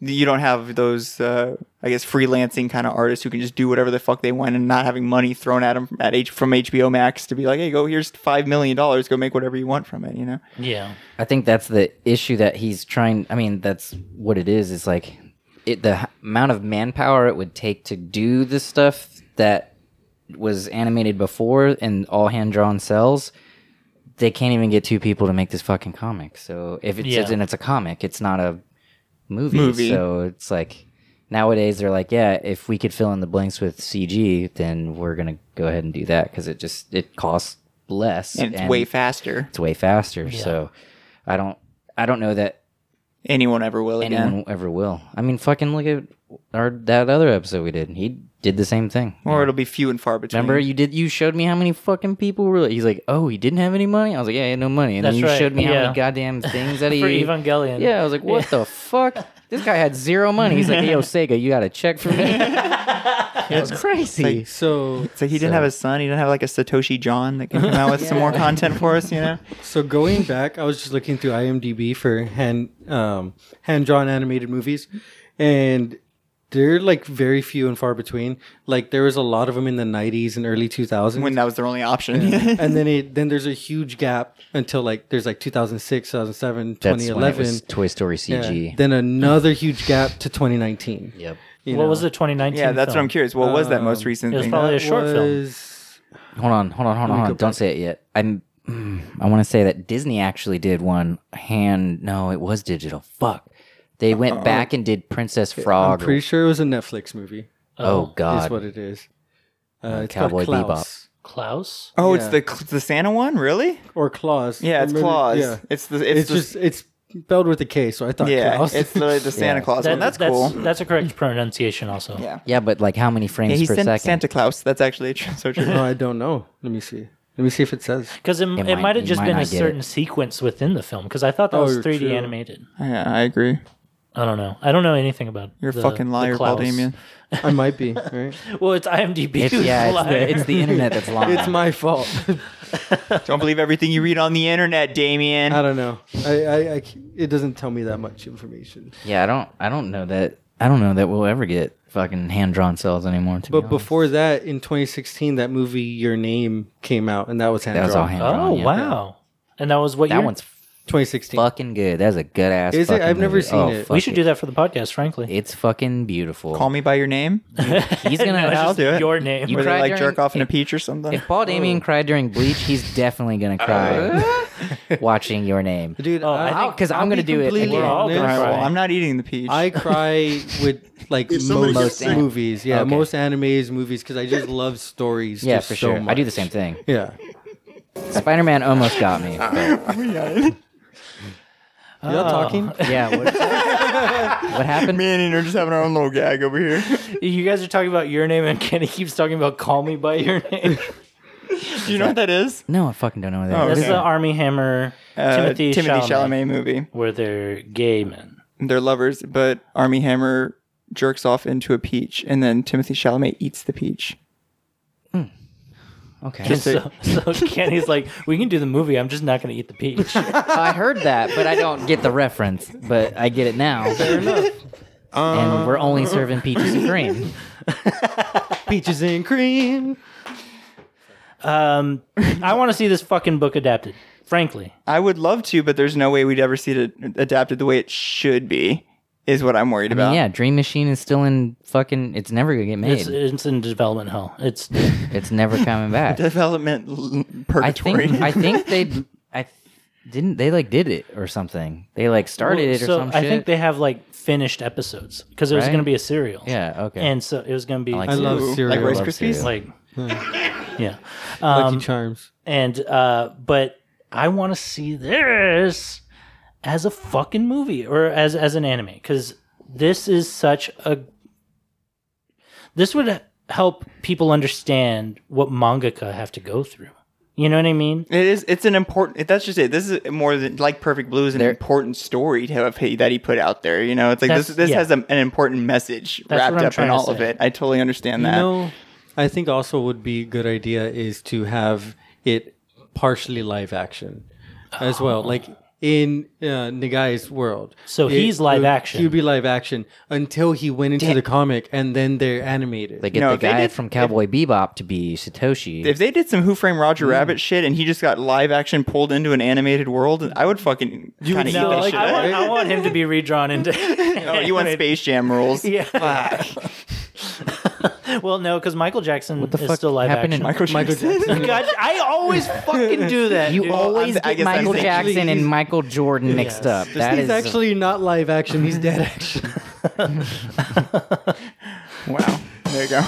Speaker 8: You don't have those, uh, I guess, freelancing kind of artists who can just do whatever the fuck they want and not having money thrown at them at H- from HBO Max to be like, hey, go here's five million dollars, go make whatever you want from it, you know.
Speaker 7: Yeah.
Speaker 10: I think that's the issue that he's trying. I mean, that's what it is. It's like it, the h- amount of manpower it would take to do the stuff that was animated before and all hand drawn cells. They can't even get two people to make this fucking comic. So if it's
Speaker 7: Yeah.
Speaker 10: and it's a comic, it's not a movie.
Speaker 8: Movie.
Speaker 10: So it's like nowadays they're like, yeah, if we could fill in the blanks with CG, then we're gonna go ahead and do that because it just it costs less
Speaker 8: And it's way faster.
Speaker 10: it's way faster. So I don't I don't know that
Speaker 8: Anyone ever will again.
Speaker 10: anyone ever will. I mean, fucking look at our that other episode we did. He did the same thing.
Speaker 8: Or it'll be few and far between.
Speaker 10: Remember you did you showed me how many fucking people were like he's like, "Oh, he didn't have any money?" I was like, "Yeah, he had no money." And
Speaker 7: That's
Speaker 10: then you
Speaker 7: right,
Speaker 10: showed me how
Speaker 7: yeah.
Speaker 10: many goddamn things that he
Speaker 7: For Evangelion.
Speaker 10: Yeah, I was like, "What the fuck?" This guy had zero money. He's like, "Hey, yo, Sega, you got a check for me?" That was crazy.
Speaker 9: So
Speaker 8: So he didn't have a son. He didn't have like a Satoshi John that can come out with some more content for us, you know.
Speaker 9: so going back, I was just looking through IMDb for hand um, hand drawn animated movies, and they're like very few and far between. Like there was a lot of them in the '90s and early 2000s.
Speaker 8: When that was their only option.
Speaker 9: and then it then there's a huge gap until like there's like 2006 2007
Speaker 10: That's when it
Speaker 9: 2011
Speaker 10: was Toy Story
Speaker 9: Yeah.
Speaker 10: CG.
Speaker 9: then another huge gap to 2019
Speaker 10: yep.
Speaker 9: you
Speaker 7: What
Speaker 9: know.
Speaker 7: was the 2019?
Speaker 8: yeah, that's what I'm
Speaker 7: film?
Speaker 8: curious. What was that most recent
Speaker 7: It was
Speaker 8: thing?
Speaker 7: probably a
Speaker 9: That
Speaker 7: short film.
Speaker 9: was-
Speaker 10: Hold on, hold on, hold on, hold on. Don't say it yet. I'm. mm, I want to say that Disney actually did one hand. No, it was digital. Fuck. They went back and did Princess Frog.
Speaker 9: i'm pretty sure it was a netflix movie
Speaker 10: oh
Speaker 9: is what
Speaker 10: God.
Speaker 9: it is uh, it's
Speaker 10: Cowboy
Speaker 9: Cowboy
Speaker 10: Bebop.
Speaker 9: Klaus
Speaker 7: Klaus?
Speaker 8: Oh, it's
Speaker 9: Yeah.
Speaker 8: the cl- the Santa one, really?
Speaker 9: or Claus.
Speaker 8: Yeah, it's
Speaker 9: Remember-
Speaker 8: Claus.
Speaker 9: Yeah.
Speaker 8: It's the
Speaker 9: It's,
Speaker 8: it's, the,
Speaker 9: just it's spelled with a K, so I thought
Speaker 8: yeah,
Speaker 9: Klaus.
Speaker 8: it's the, the Santa Claus
Speaker 7: That-
Speaker 8: one. That's, cool.
Speaker 7: That's, a correct pronunciation also.
Speaker 8: Yeah.
Speaker 10: Yeah, but like how many frames
Speaker 8: yeah, he
Speaker 10: per
Speaker 8: sent
Speaker 10: second?
Speaker 8: Santa Claus. That's actually true. So true.
Speaker 9: no, Oh, I don't know. Let me see. Let me see if it says.
Speaker 7: Because it, it,
Speaker 10: might-
Speaker 7: might have
Speaker 10: you
Speaker 7: just
Speaker 10: might
Speaker 7: been
Speaker 10: not
Speaker 7: a
Speaker 10: get it.
Speaker 7: certain sequence within the film. Because I thought that
Speaker 9: Oh,
Speaker 7: was
Speaker 9: you're
Speaker 7: 3D
Speaker 9: true.
Speaker 7: animated.
Speaker 8: yeah, I agree.
Speaker 7: I don't know. I don't know anything about
Speaker 8: You're a
Speaker 7: the-
Speaker 8: fucking
Speaker 7: the
Speaker 8: liar, Paul
Speaker 7: Klaus.
Speaker 8: Damien.
Speaker 9: I might be. Right?
Speaker 7: Well, it's IMDb.
Speaker 10: It's,
Speaker 7: who's
Speaker 10: yeah, it's
Speaker 7: liar.
Speaker 10: the, it's the internet that's lying.
Speaker 9: it's my fault.
Speaker 8: Don't believe everything you read on the internet, Damien.
Speaker 9: I don't know. I, I, I c- it doesn't tell me that much information.
Speaker 10: yeah, I don't. I don't know that. I don't know that we'll ever get fucking hand drawn cells anymore. To be
Speaker 9: But
Speaker 10: honest.
Speaker 9: before that, in 2016, that movie Your Name came out, and that was hand
Speaker 10: that was all hand drawn.
Speaker 7: Oh,
Speaker 10: yeah.
Speaker 7: wow. And that was what
Speaker 10: That
Speaker 7: year?
Speaker 10: one's
Speaker 9: 2016.
Speaker 10: fucking good. That's a good ass.
Speaker 9: Is it?
Speaker 10: fucking
Speaker 9: I've never
Speaker 10: movie.
Speaker 9: seen
Speaker 10: Oh,
Speaker 9: it.
Speaker 10: fuck
Speaker 7: We should do that for the podcast, frankly.
Speaker 10: It's fucking beautiful.
Speaker 8: Call me by your name.
Speaker 10: He's gonna.
Speaker 7: It's
Speaker 8: I'll
Speaker 7: just
Speaker 8: do it.
Speaker 7: Your name.
Speaker 10: You
Speaker 8: Where
Speaker 10: cried
Speaker 8: they like
Speaker 10: during-
Speaker 8: jerk off in a peach or something.
Speaker 10: If Paul Damien cried during Bleach, he's definitely gonna cry watching your name.
Speaker 9: Dude,
Speaker 7: Oh, I
Speaker 9: I,
Speaker 7: think-
Speaker 10: Because I'm gonna do it
Speaker 9: completely
Speaker 10: again.
Speaker 7: We're all
Speaker 8: All right,
Speaker 7: gonna
Speaker 8: well,
Speaker 7: cry.
Speaker 8: I'm not eating the peach.
Speaker 9: I cry with like
Speaker 5: If somebody
Speaker 10: gets
Speaker 9: most
Speaker 10: sick-
Speaker 9: movies. Yeah,
Speaker 10: Okay.
Speaker 9: most animes, movies, because I just love stories.
Speaker 10: Yeah,
Speaker 9: just
Speaker 10: for
Speaker 9: so
Speaker 10: sure. I do the
Speaker 9: much.
Speaker 10: same thing.
Speaker 9: Yeah.
Speaker 10: Spider Man almost got me. but-
Speaker 9: Y'all
Speaker 10: Oh.
Speaker 9: talking?
Speaker 10: yeah. What, what happened?
Speaker 8: me and Ian are just having our own little gag over here.
Speaker 7: You guys are talking about your name, and Kenny keeps talking about "Call Me by Your Name."
Speaker 8: Do you know what that is?
Speaker 10: No, I fucking don't know what that
Speaker 8: Oh,
Speaker 10: is.
Speaker 7: That's
Speaker 8: Okay.
Speaker 7: the Army Hammer
Speaker 8: Uh,
Speaker 7: Timothy,
Speaker 8: Timothy
Speaker 7: Chalamet,
Speaker 8: Chalamet movie.
Speaker 7: where they're gay men.
Speaker 8: They're lovers, but Army Hammer jerks off into a peach, and then Timothy Chalamet eats the peach.
Speaker 10: Okay.
Speaker 8: Just so-
Speaker 7: So, so Kenny's like, "We can do the movie. I'm just not going to eat the peach."
Speaker 10: I heard that, but I don't get the reference. But I get it now. Fair enough. and we're only serving peaches and cream.
Speaker 9: Peaches and cream.
Speaker 7: Um, I want to see this fucking book adapted. Frankly,
Speaker 8: I would love to, but there's no way we'd ever see it adapted the way it should be. Is what I'm worried
Speaker 10: I mean,
Speaker 8: about.
Speaker 10: yeah, Dream Machine is still in fucking. It's never gonna get made.
Speaker 7: it's,
Speaker 10: It's,
Speaker 7: it's in development hell. It's
Speaker 10: never coming back.
Speaker 8: Development l-
Speaker 10: I
Speaker 8: purgatory.
Speaker 10: think. I think they. I didn't. They like did it or something. They like started
Speaker 7: Well,
Speaker 10: it or
Speaker 7: so
Speaker 10: some
Speaker 7: I
Speaker 10: shit.
Speaker 7: think they have like finished episodes because it was
Speaker 10: Right?
Speaker 7: going to be a serial.
Speaker 10: Yeah, okay.
Speaker 7: and so it was going to be
Speaker 10: like
Speaker 9: I
Speaker 10: Ooh,
Speaker 9: love
Speaker 10: like
Speaker 9: cereal.
Speaker 8: like Rice
Speaker 10: love
Speaker 8: Krispies.
Speaker 10: cereal.
Speaker 7: like, yeah.
Speaker 9: Lucky Charms.
Speaker 7: and uh but i want to see this as a fucking movie or as as an anime because this is such a this would help people understand what mangaka have to go through. You know what I mean?
Speaker 8: It is. It's an important. That's just it. This is more than like Perfect Blue is an important story to have he, that he put out there. You know, it's like this.
Speaker 7: That's-
Speaker 8: This
Speaker 7: yeah.
Speaker 8: has a, an important message
Speaker 7: That's what
Speaker 8: wrapped
Speaker 7: I'm
Speaker 8: up
Speaker 7: trying
Speaker 8: in
Speaker 7: to
Speaker 8: all of
Speaker 7: say.
Speaker 8: it. I totally understand
Speaker 9: You
Speaker 8: that.
Speaker 9: know, I think also would be a good idea is to have it partially live action as well. Like in uh, Nagai's world.
Speaker 7: So
Speaker 9: It
Speaker 7: he's live
Speaker 9: would-
Speaker 7: action.
Speaker 9: He would be live action until he went into
Speaker 10: Damn.
Speaker 9: the comic and then they're animated.
Speaker 10: They get
Speaker 8: No,
Speaker 10: the
Speaker 8: if they
Speaker 10: guy
Speaker 8: did-
Speaker 10: from Cowboy Bebop to be Satoshi.
Speaker 8: if they did some Who Framed Roger Rabbit shit and he just got live action pulled into an animated world, I would fucking kind of eat
Speaker 7: No,
Speaker 8: that
Speaker 7: like,
Speaker 8: shit.
Speaker 7: I,
Speaker 8: up.
Speaker 7: want, I want him to be redrawn into.
Speaker 8: Oh, you want Space Jam rules?
Speaker 7: Yeah. well, no, because Michael Jackson
Speaker 10: what the
Speaker 7: is
Speaker 10: fuck
Speaker 7: still live
Speaker 10: happened
Speaker 7: action.
Speaker 10: in
Speaker 8: Michael Jackson.
Speaker 7: God, I always fucking do that.
Speaker 10: You
Speaker 7: dude.
Speaker 10: always
Speaker 8: I- I
Speaker 10: get
Speaker 8: guess I'm
Speaker 10: Michael
Speaker 8: thinking-
Speaker 10: Jackson and Michael Jordan mixed up. That
Speaker 9: he's
Speaker 10: is
Speaker 9: actually not live action. He's dead action.
Speaker 8: wow. There you go.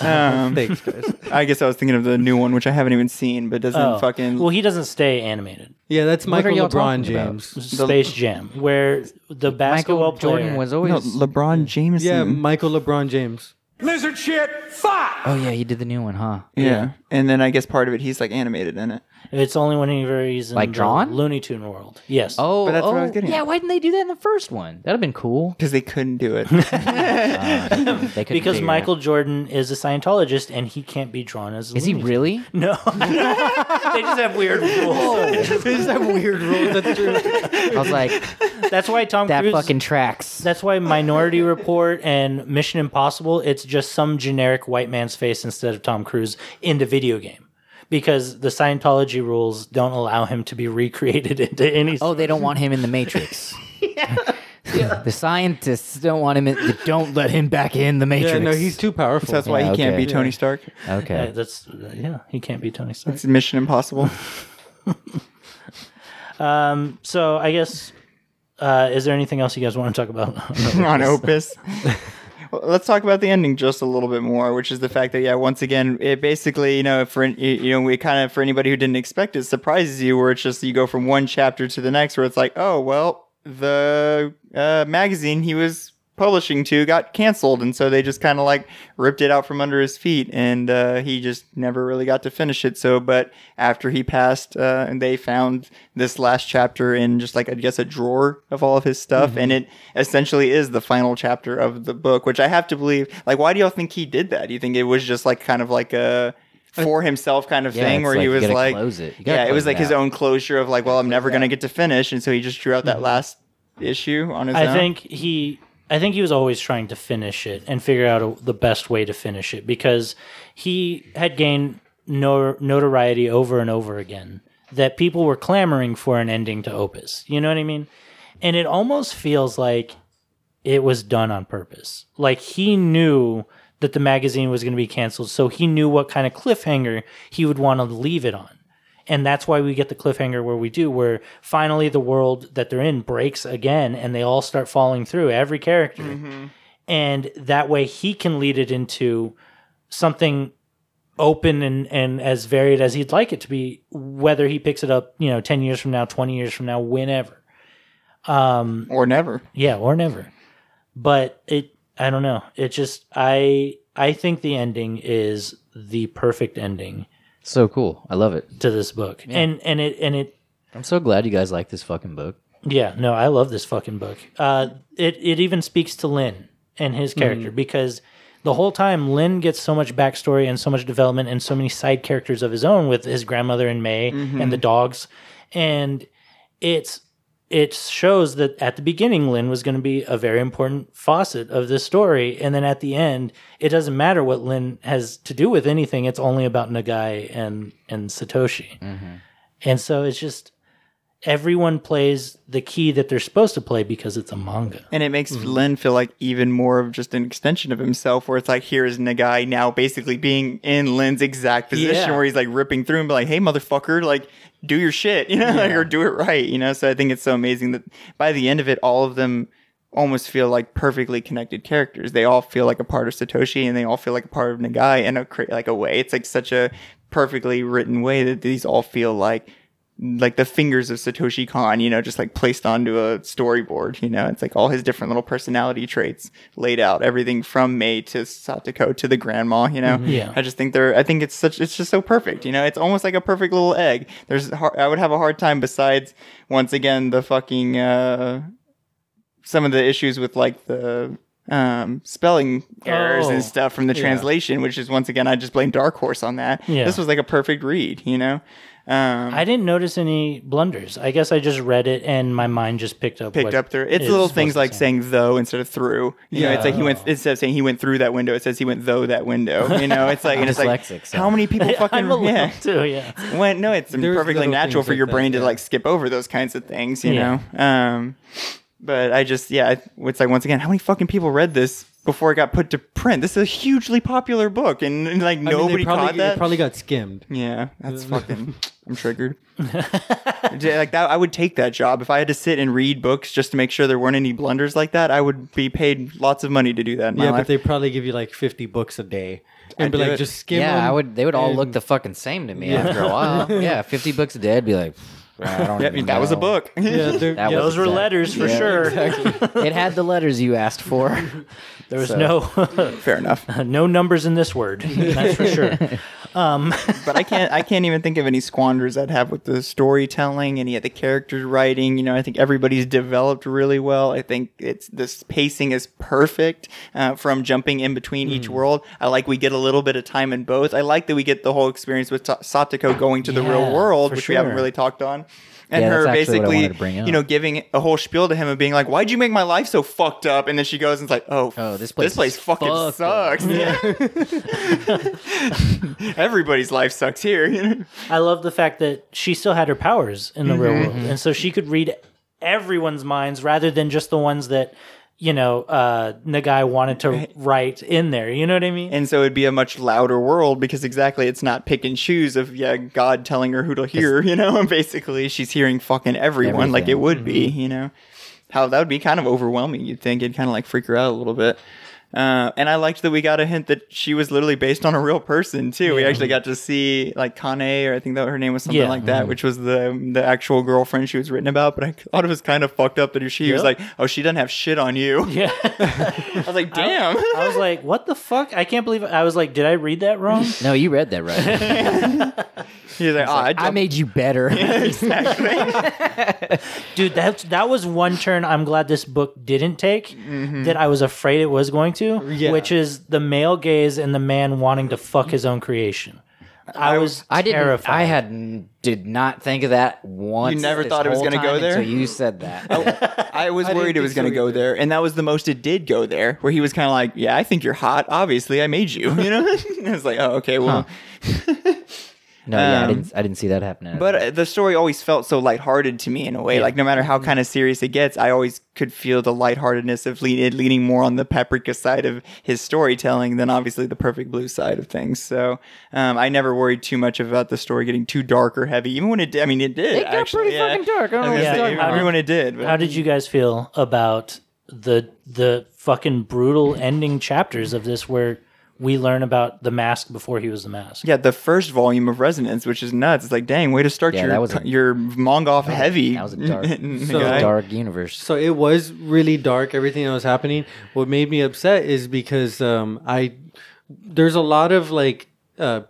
Speaker 8: Um,
Speaker 9: Thanks, guys.
Speaker 8: I guess I was thinking of the new one, which I haven't even seen, but doesn't
Speaker 7: Oh.
Speaker 8: fucking.
Speaker 7: Well, he doesn't stay animated.
Speaker 9: Yeah, that's Michael
Speaker 10: y'all
Speaker 9: LeBron
Speaker 10: talking about?
Speaker 9: James.
Speaker 7: Space Jam, where the basketball
Speaker 10: Michael
Speaker 7: player
Speaker 10: Jordan was
Speaker 8: no,
Speaker 10: always.
Speaker 8: LeBron Jameson.
Speaker 9: Yeah, Michael LeBron James.
Speaker 1: Lizard shit, fuck!
Speaker 10: oh yeah, he did the new one, huh?
Speaker 8: yeah. And then I guess part of it, he's like animated in it.
Speaker 7: It's only when he varies in
Speaker 10: Like
Speaker 7: the
Speaker 10: drawn?
Speaker 7: Looney Tune world. Yes.
Speaker 10: Oh,
Speaker 8: But that's what I was
Speaker 10: oh,
Speaker 8: getting
Speaker 10: Yeah,
Speaker 8: at.
Speaker 10: why didn't they do that in the first one? That'd have been cool.
Speaker 8: Because they couldn't do it.
Speaker 10: They couldn't
Speaker 7: because
Speaker 10: figure it
Speaker 7: Michael Jordan is a Scientologist and he can't be drawn as. a
Speaker 10: out. is he
Speaker 7: Looney Tune.
Speaker 10: really?
Speaker 7: No. they just have weird rules.
Speaker 9: Is that weird rule? That's true.
Speaker 10: I was like,
Speaker 7: That's why Tom
Speaker 10: that
Speaker 7: Cruise.
Speaker 10: fucking tracks.
Speaker 7: That's why Minority Report and Mission Impossible, it's just some generic white man's face instead of Tom Cruise in the video game. Because the Scientology rules don't allow him to be recreated into any.
Speaker 10: Oh, they don't want him in the Matrix. the scientists don't want him. In, they don't let him back in the Matrix.
Speaker 9: Yeah, no, he's too powerful.
Speaker 8: So that's why
Speaker 10: Yeah,
Speaker 8: he can't
Speaker 10: okay.
Speaker 8: be Tony Stark.
Speaker 10: okay.
Speaker 7: Uh, that's yeah. He can't be Tony Stark.
Speaker 8: It's Mission Impossible.
Speaker 7: Um, So I guess uh, is there anything else you guys want to talk about?
Speaker 8: on Opus. Well, Let's talk about the ending just a little bit more, which is the fact that yeah, once again, it basically you know for you know we kind of for anybody who didn't expect it surprises you, where it's just you go from one chapter to the next, where it's like oh well the uh, magazine he was publishing to got canceled, and so they just kind of like ripped it out from under his feet, and uh, he just never really got to finish it. So, but after he passed, uh, and they found this last chapter in just like I guess a drawer of all of his stuff, and
Speaker 10: Mm-hmm.
Speaker 8: it essentially is the final chapter of the book, which I have to believe. Like, why do y'all think he did that? Do you think it was just like kind of like a for himself kind of
Speaker 10: Uh, Yeah,
Speaker 8: thing
Speaker 10: it's
Speaker 8: where
Speaker 10: like
Speaker 8: he
Speaker 10: you
Speaker 8: was
Speaker 10: gotta
Speaker 8: like
Speaker 10: close it. You gotta
Speaker 8: yeah it was
Speaker 10: close
Speaker 8: like
Speaker 10: it
Speaker 8: his
Speaker 10: out.
Speaker 8: own closure of like well i'm never gonna get to finish and so he just drew out
Speaker 10: Mm-hmm.
Speaker 8: that last issue on his
Speaker 7: I
Speaker 8: own
Speaker 7: think he. I think he was always trying to finish it and figure out a, the best way to finish it because he had gained no, notoriety over and over again that people were clamoring for an ending to Opus. You know what I mean? And it almost feels like it was done on purpose. Like he knew that the magazine was going to be canceled, so he knew what kind of cliffhanger he would want to leave it on. And that's why we get the cliffhanger where we do, where finally the world that they're in breaks again and they all start falling through, every character. And that way he can lead it into something open and, and as varied as he'd like it to be, whether he picks it up, you know, 10 years from now, 20 years from now, whenever.
Speaker 8: or never
Speaker 7: Yeah, or never. But it I don't know. It just I I think the ending is the perfect ending
Speaker 10: So cool. I love it.
Speaker 7: to this book. And and it and it
Speaker 10: I'm so glad you guys like this fucking book.
Speaker 7: yeah, no, I love this fucking book. Uh it it even speaks to Lynn and his character because the whole time Lynn gets so much backstory and so much development and so many side characters of his own with his grandmother and May and the dogs and it's it shows that at the beginning Lynn was going to be a very important faucet of this story and then at the end it doesn't matter what Lynn has to do with anything it's only about Nagai and and Satoshi. And so it's just everyone plays the key that they're supposed to play because it's a manga.
Speaker 8: and it makes Lynn feel like even more of just an extension of himself, where it's like here is Nagai now basically being in Lynn's exact position,
Speaker 7: Yeah.
Speaker 8: where he's like ripping through and be like, "Hey, motherfucker, like do your shit, you know, like, or do it right, you know." So I think it's so amazing that by the end of it, all of them almost feel like perfectly connected characters. They all feel like a part of Satoshi, and they all feel like a part of Nagai in a cra- like a way. It's like such a perfectly written way that these all feel like like the fingers of Satoshi Kon, you know, just like placed onto a storyboard, you know, it's like all his different little personality traits laid out, everything from May to Satoko to the grandma, you know.
Speaker 7: Mm-hmm. Yeah.
Speaker 8: I just think they're I think it's such it's just so perfect, you know. It's almost like a perfect little egg. There's har I would have a hard time besides once again the fucking uh some of the issues with like the um spelling errors
Speaker 7: Oh.
Speaker 8: and stuff from the translation, which is once again I just blame Dark Horse on that.
Speaker 7: Yeah.
Speaker 8: This was like a perfect read, you know. Um,
Speaker 7: I didn't notice any blunders. I guess I just read it and my mind just picked up.
Speaker 8: picked
Speaker 7: what
Speaker 8: up through. It's
Speaker 7: is
Speaker 8: little things
Speaker 7: supposed
Speaker 8: like
Speaker 7: to
Speaker 8: saying though instead of through. You know, it's like he went instead of saying he went through that window, it says he went though that window. You know, it's like and it's like
Speaker 10: dyslexic, so-
Speaker 8: how many people
Speaker 7: say.
Speaker 8: fucking
Speaker 7: I'm a little
Speaker 8: yeah.
Speaker 7: too, yeah.
Speaker 8: When, no, it's
Speaker 9: There's
Speaker 8: perfectly
Speaker 9: little
Speaker 8: natural
Speaker 9: things
Speaker 8: for
Speaker 9: like
Speaker 8: your
Speaker 9: that,
Speaker 8: brain to
Speaker 9: yeah.
Speaker 8: like skip over those kinds of things, you
Speaker 7: Yeah.
Speaker 8: know. Um, but I just yeah, I, it's like once again, how many fucking people read this before it got put to print? This is a hugely popular book, and, and, like
Speaker 9: I mean,
Speaker 8: nobody
Speaker 9: they probably,
Speaker 8: caught
Speaker 9: it
Speaker 8: that.
Speaker 9: probably got skimmed.
Speaker 8: Yeah, that's fucking. I'm triggered. J- like that, I would take that job if I had to sit and read books just to make sure there weren't any blunders like that. I would be paid lots of money to do that. In my
Speaker 9: Yeah,
Speaker 8: life.
Speaker 9: but they probably give you like 50 books a day and
Speaker 8: I'd
Speaker 9: be
Speaker 8: do
Speaker 9: like,
Speaker 8: it.
Speaker 9: just skim
Speaker 10: Yeah, I
Speaker 9: them
Speaker 10: would. They would all look
Speaker 9: and-
Speaker 10: the fucking same to me after a while. Yeah, fifty books a day. I'd be like, I don't
Speaker 8: Yeah,
Speaker 10: even
Speaker 8: that was a
Speaker 10: know.
Speaker 8: book.
Speaker 9: Yeah, they're-
Speaker 10: That
Speaker 9: yeah,
Speaker 10: was
Speaker 7: Those were
Speaker 10: exact-
Speaker 7: letters for
Speaker 10: Yeah,
Speaker 7: sure.
Speaker 10: exactly. it had the letters you asked for.
Speaker 7: There was
Speaker 10: So-
Speaker 7: no
Speaker 8: Fair enough.
Speaker 7: no numbers in this word. That's for sure.
Speaker 8: but I can't I can't even think of any squanders I'd have with the storytelling, any of the character writing. You know, I think everybody's developed really well. I think it's this pacing is perfect uh, from jumping in between
Speaker 10: Hmm.
Speaker 8: each world. I like we get a little bit of time in both. I like that we get the whole experience with Ta- Satoko going to the real
Speaker 7: Yeah,
Speaker 8: world,
Speaker 7: for
Speaker 8: which we haven't
Speaker 7: sure.
Speaker 8: really talked on. And
Speaker 10: Yeah,
Speaker 8: her
Speaker 10: that's actually what I
Speaker 8: basically,
Speaker 10: wanted to bring
Speaker 8: you know,
Speaker 10: up.
Speaker 8: giving a whole spiel to him and being like, "Why'd you make my life so fucked up?" And then she goes and it's like, "Oh,
Speaker 10: Oh, this place
Speaker 8: this place
Speaker 10: is
Speaker 8: fucking
Speaker 10: fucked up."
Speaker 8: sucks." Everybody's life sucks here. You know?
Speaker 7: I love the fact that she still had her powers in the real
Speaker 8: Mm-hmm.
Speaker 7: world, and so she could read everyone's minds rather than just the ones that you know uh, Nagai wanted to write in there. You know what I mean?
Speaker 8: And so it'd be a much louder world because exactly it's not pick and choose of yeah God telling her who to hear, you know, and basically she's hearing fucking everyone like it
Speaker 10: Everything.
Speaker 8: would be,
Speaker 7: Mm-hmm.
Speaker 8: you know. How that would be kind of overwhelming, you'd think it'd kind of like freak her out a little bit. Uh, and I liked that we got a hint that she was literally based on a real person too. We actually got to see like Kane, or I think that her name was something
Speaker 7: Yeah. Mm-hmm.
Speaker 8: like that, which was the the actual girlfriend she was written about. But I thought it was kind of fucked up that she was
Speaker 7: Yeah.
Speaker 8: like, "Oh, she doesn't have shit on you."
Speaker 7: yeah.
Speaker 8: I was like, "Damn."
Speaker 7: I was like, what the fuck? I can't believe I was like, did I read that wrong?
Speaker 10: No, you read that right.
Speaker 8: He's like, "Oh, I,
Speaker 10: I
Speaker 8: jumped
Speaker 10: made you better.
Speaker 7: Dude, that that was one turn I'm glad this book didn't take that I was afraid it was going to,
Speaker 9: Yeah.
Speaker 7: which is the male gaze and the man wanting to fuck his own creation. I was
Speaker 10: I didn't.
Speaker 7: terrified.
Speaker 10: I had n- did not think of that once.
Speaker 8: You never
Speaker 10: this
Speaker 8: thought it was
Speaker 10: whole
Speaker 8: gonna
Speaker 10: time
Speaker 8: go there?
Speaker 10: until you said that.
Speaker 8: I was worried it
Speaker 9: think
Speaker 8: was
Speaker 9: so
Speaker 8: going to go
Speaker 9: either.
Speaker 8: there, and that was the most it did go there, where he was kind of like, "Yeah, I think you're hot. Obviously, I made you." You know, I was like, "Oh, okay, well."
Speaker 10: no, yeah, I
Speaker 8: um,
Speaker 10: didn't. I didn't see that happening.
Speaker 8: But uh, the story always felt so lighthearted to me in a way. Like no matter how kind of serious it gets, I always could feel the lightheartedness of lean, it leaning more on the paprika side of his storytelling than obviously the perfect blue side of things. So um, I never worried too much about the story getting too dark or heavy, even when it did. I mean, it did.
Speaker 10: It got
Speaker 8: actually,
Speaker 10: pretty
Speaker 8: yeah.
Speaker 10: fucking dark. I don't
Speaker 8: I was
Speaker 10: know what
Speaker 8: gonna
Speaker 10: you're
Speaker 8: say,
Speaker 10: talking
Speaker 8: even
Speaker 10: about.
Speaker 8: when it did. but-
Speaker 7: How did you guys feel about the the fucking brutal ending chapters of this where we learn about the mask before he was the mask?
Speaker 8: Yeah, the first volume of Resonance, which is nuts. It's like, dang, way to start
Speaker 10: Yeah,
Speaker 8: your
Speaker 10: that was a-
Speaker 8: your manga off heavy.
Speaker 10: that was a dark-
Speaker 9: So-
Speaker 8: guy.
Speaker 9: I-
Speaker 10: dark universe.
Speaker 9: So it was really dark. Everything that was happening. What made me upset is because um, I there's a lot of like uh,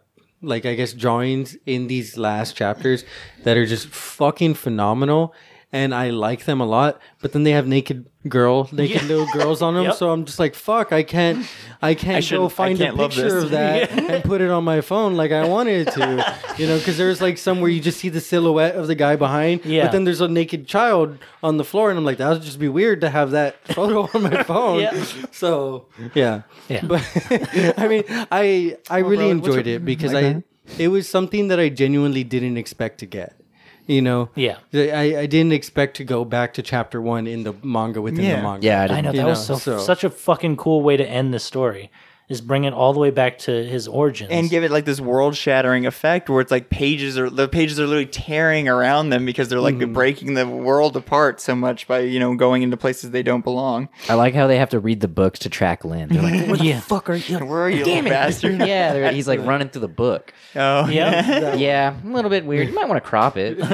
Speaker 9: like I guess drawings in these last chapters that are just fucking phenomenal, and I like them a lot. But then they have naked girl, naked little girls on them.
Speaker 7: Yep.
Speaker 9: So I'm just like, fuck, I can't, I can't
Speaker 8: shouldn't-
Speaker 9: go
Speaker 8: I
Speaker 9: find
Speaker 8: can't
Speaker 9: a
Speaker 8: love
Speaker 9: picture
Speaker 8: this.
Speaker 9: of that and put it on my phone like I wanted to, you know? Because there's like some where you just see the silhouette of the guy behind,
Speaker 7: Yeah.
Speaker 9: but then there's a naked child on the floor, and I'm like, that would just be weird to have that photo on my phone.
Speaker 7: Yeah.
Speaker 9: So yeah,
Speaker 7: Yeah.
Speaker 9: But I mean, I I really enjoyed it because I it was something that I genuinely didn't expect to get. You know,
Speaker 7: Yeah.
Speaker 9: I, I didn't expect to go back to chapter one in the manga within
Speaker 8: Yeah.
Speaker 9: the manga.
Speaker 10: Yeah, I,
Speaker 7: I
Speaker 10: didn't.
Speaker 7: know that
Speaker 9: You
Speaker 7: was
Speaker 9: know,
Speaker 7: so,
Speaker 9: so-
Speaker 7: such a fucking cool way to end the story. is bring it all the way back to his origins
Speaker 8: and give it like this world shattering effect where it's like pages are the pages are literally tearing around them because they're like
Speaker 10: Mm-hmm.
Speaker 8: breaking the world apart so much by you know going into places they don't belong.
Speaker 10: I like how they have to read the books to track Lynn. They're like, what
Speaker 7: Yeah.
Speaker 10: the fuck are you?
Speaker 8: Where are you,
Speaker 10: Damn
Speaker 8: little
Speaker 10: it.
Speaker 8: bastard?
Speaker 10: yeah, they're- he's like running through the book.
Speaker 8: Oh,
Speaker 7: yeah
Speaker 10: Yeah, a little bit weird. You might want to crop it.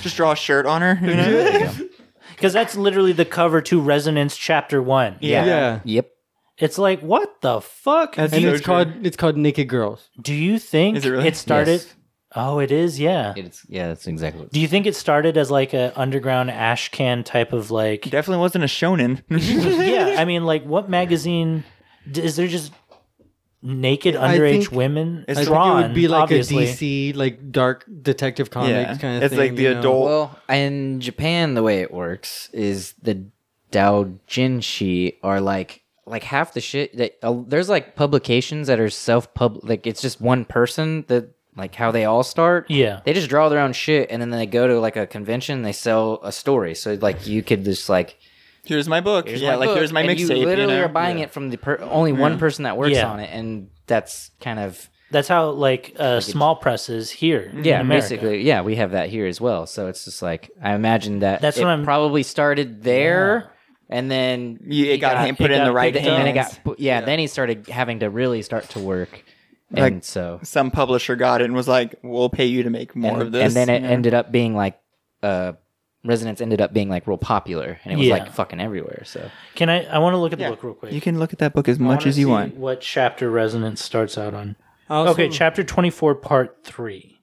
Speaker 8: just draw a shirt on her. You know?
Speaker 7: because that's literally the cover to resonance chapter one
Speaker 8: Yeah.
Speaker 9: Yeah.
Speaker 10: yep.
Speaker 7: it's like what the fuck
Speaker 8: That's
Speaker 9: And
Speaker 8: so
Speaker 9: it's
Speaker 8: true.
Speaker 9: called it's called Naked Girls.
Speaker 7: do you think
Speaker 8: Is it really?
Speaker 7: started
Speaker 10: Yes.
Speaker 7: oh it is yeah
Speaker 10: It's yeah, that's exactly. What
Speaker 7: do you think it started as like a underground ash can type of like
Speaker 8: Definitely wasn't a shonen.
Speaker 7: yeah, I mean, like, what magazine d- is there just naked underage
Speaker 9: think-
Speaker 7: women?
Speaker 8: I
Speaker 7: It's
Speaker 8: think it
Speaker 7: drawn,
Speaker 9: it would be like
Speaker 7: obviously.
Speaker 9: a DC like dark detective comics
Speaker 8: Yeah.
Speaker 9: kind of
Speaker 8: It's
Speaker 9: thing.
Speaker 8: like the
Speaker 9: you know?
Speaker 8: adult-
Speaker 10: well, in Japan, the way it works is the doujinshi are like like half the shit that uh, there's like publications that are self pub like it's just one person that like how they all start.
Speaker 7: Yeah.
Speaker 10: They just draw their own shit and then they go to like a convention and they sell a story. So like you could just like
Speaker 8: here's my book.
Speaker 10: Here's
Speaker 8: yeah, like
Speaker 10: book,
Speaker 8: here's my
Speaker 10: and
Speaker 8: mixtape.
Speaker 10: You literally
Speaker 8: know?
Speaker 10: are buying it from the per- only one person that works
Speaker 7: Mm. Yeah.
Speaker 10: on it, and that's kind of
Speaker 7: That's how like uh, small presses here. in
Speaker 10: yeah,
Speaker 7: America.
Speaker 10: basically yeah. We have that here as well, so it's just like I imagine that
Speaker 7: That's
Speaker 10: it
Speaker 7: what I'm-
Speaker 10: probably started there, and then
Speaker 8: You- it
Speaker 10: he
Speaker 8: got, hand- put
Speaker 7: it
Speaker 8: in the
Speaker 7: got
Speaker 8: right
Speaker 10: and then
Speaker 8: hand.
Speaker 10: it got put- yeah, Then he started having to really start to work, and
Speaker 8: Like,
Speaker 10: so
Speaker 8: Some publisher got it and was like, "We'll pay you to make more
Speaker 10: and,
Speaker 8: of this."
Speaker 10: and then it
Speaker 8: you know?
Speaker 10: ended up being like uh, Resonance ended up being like real popular, and it was
Speaker 7: Yeah.
Speaker 10: like fucking everywhere. So
Speaker 7: Can I? I want to look at the
Speaker 8: Yeah.
Speaker 7: book real quick.
Speaker 8: You can look at that book as
Speaker 7: I
Speaker 8: much
Speaker 7: wanna
Speaker 8: as you
Speaker 7: see
Speaker 8: want.
Speaker 7: What chapter resonance starts out on?
Speaker 9: Also-
Speaker 7: okay, chapter twenty-four, part three.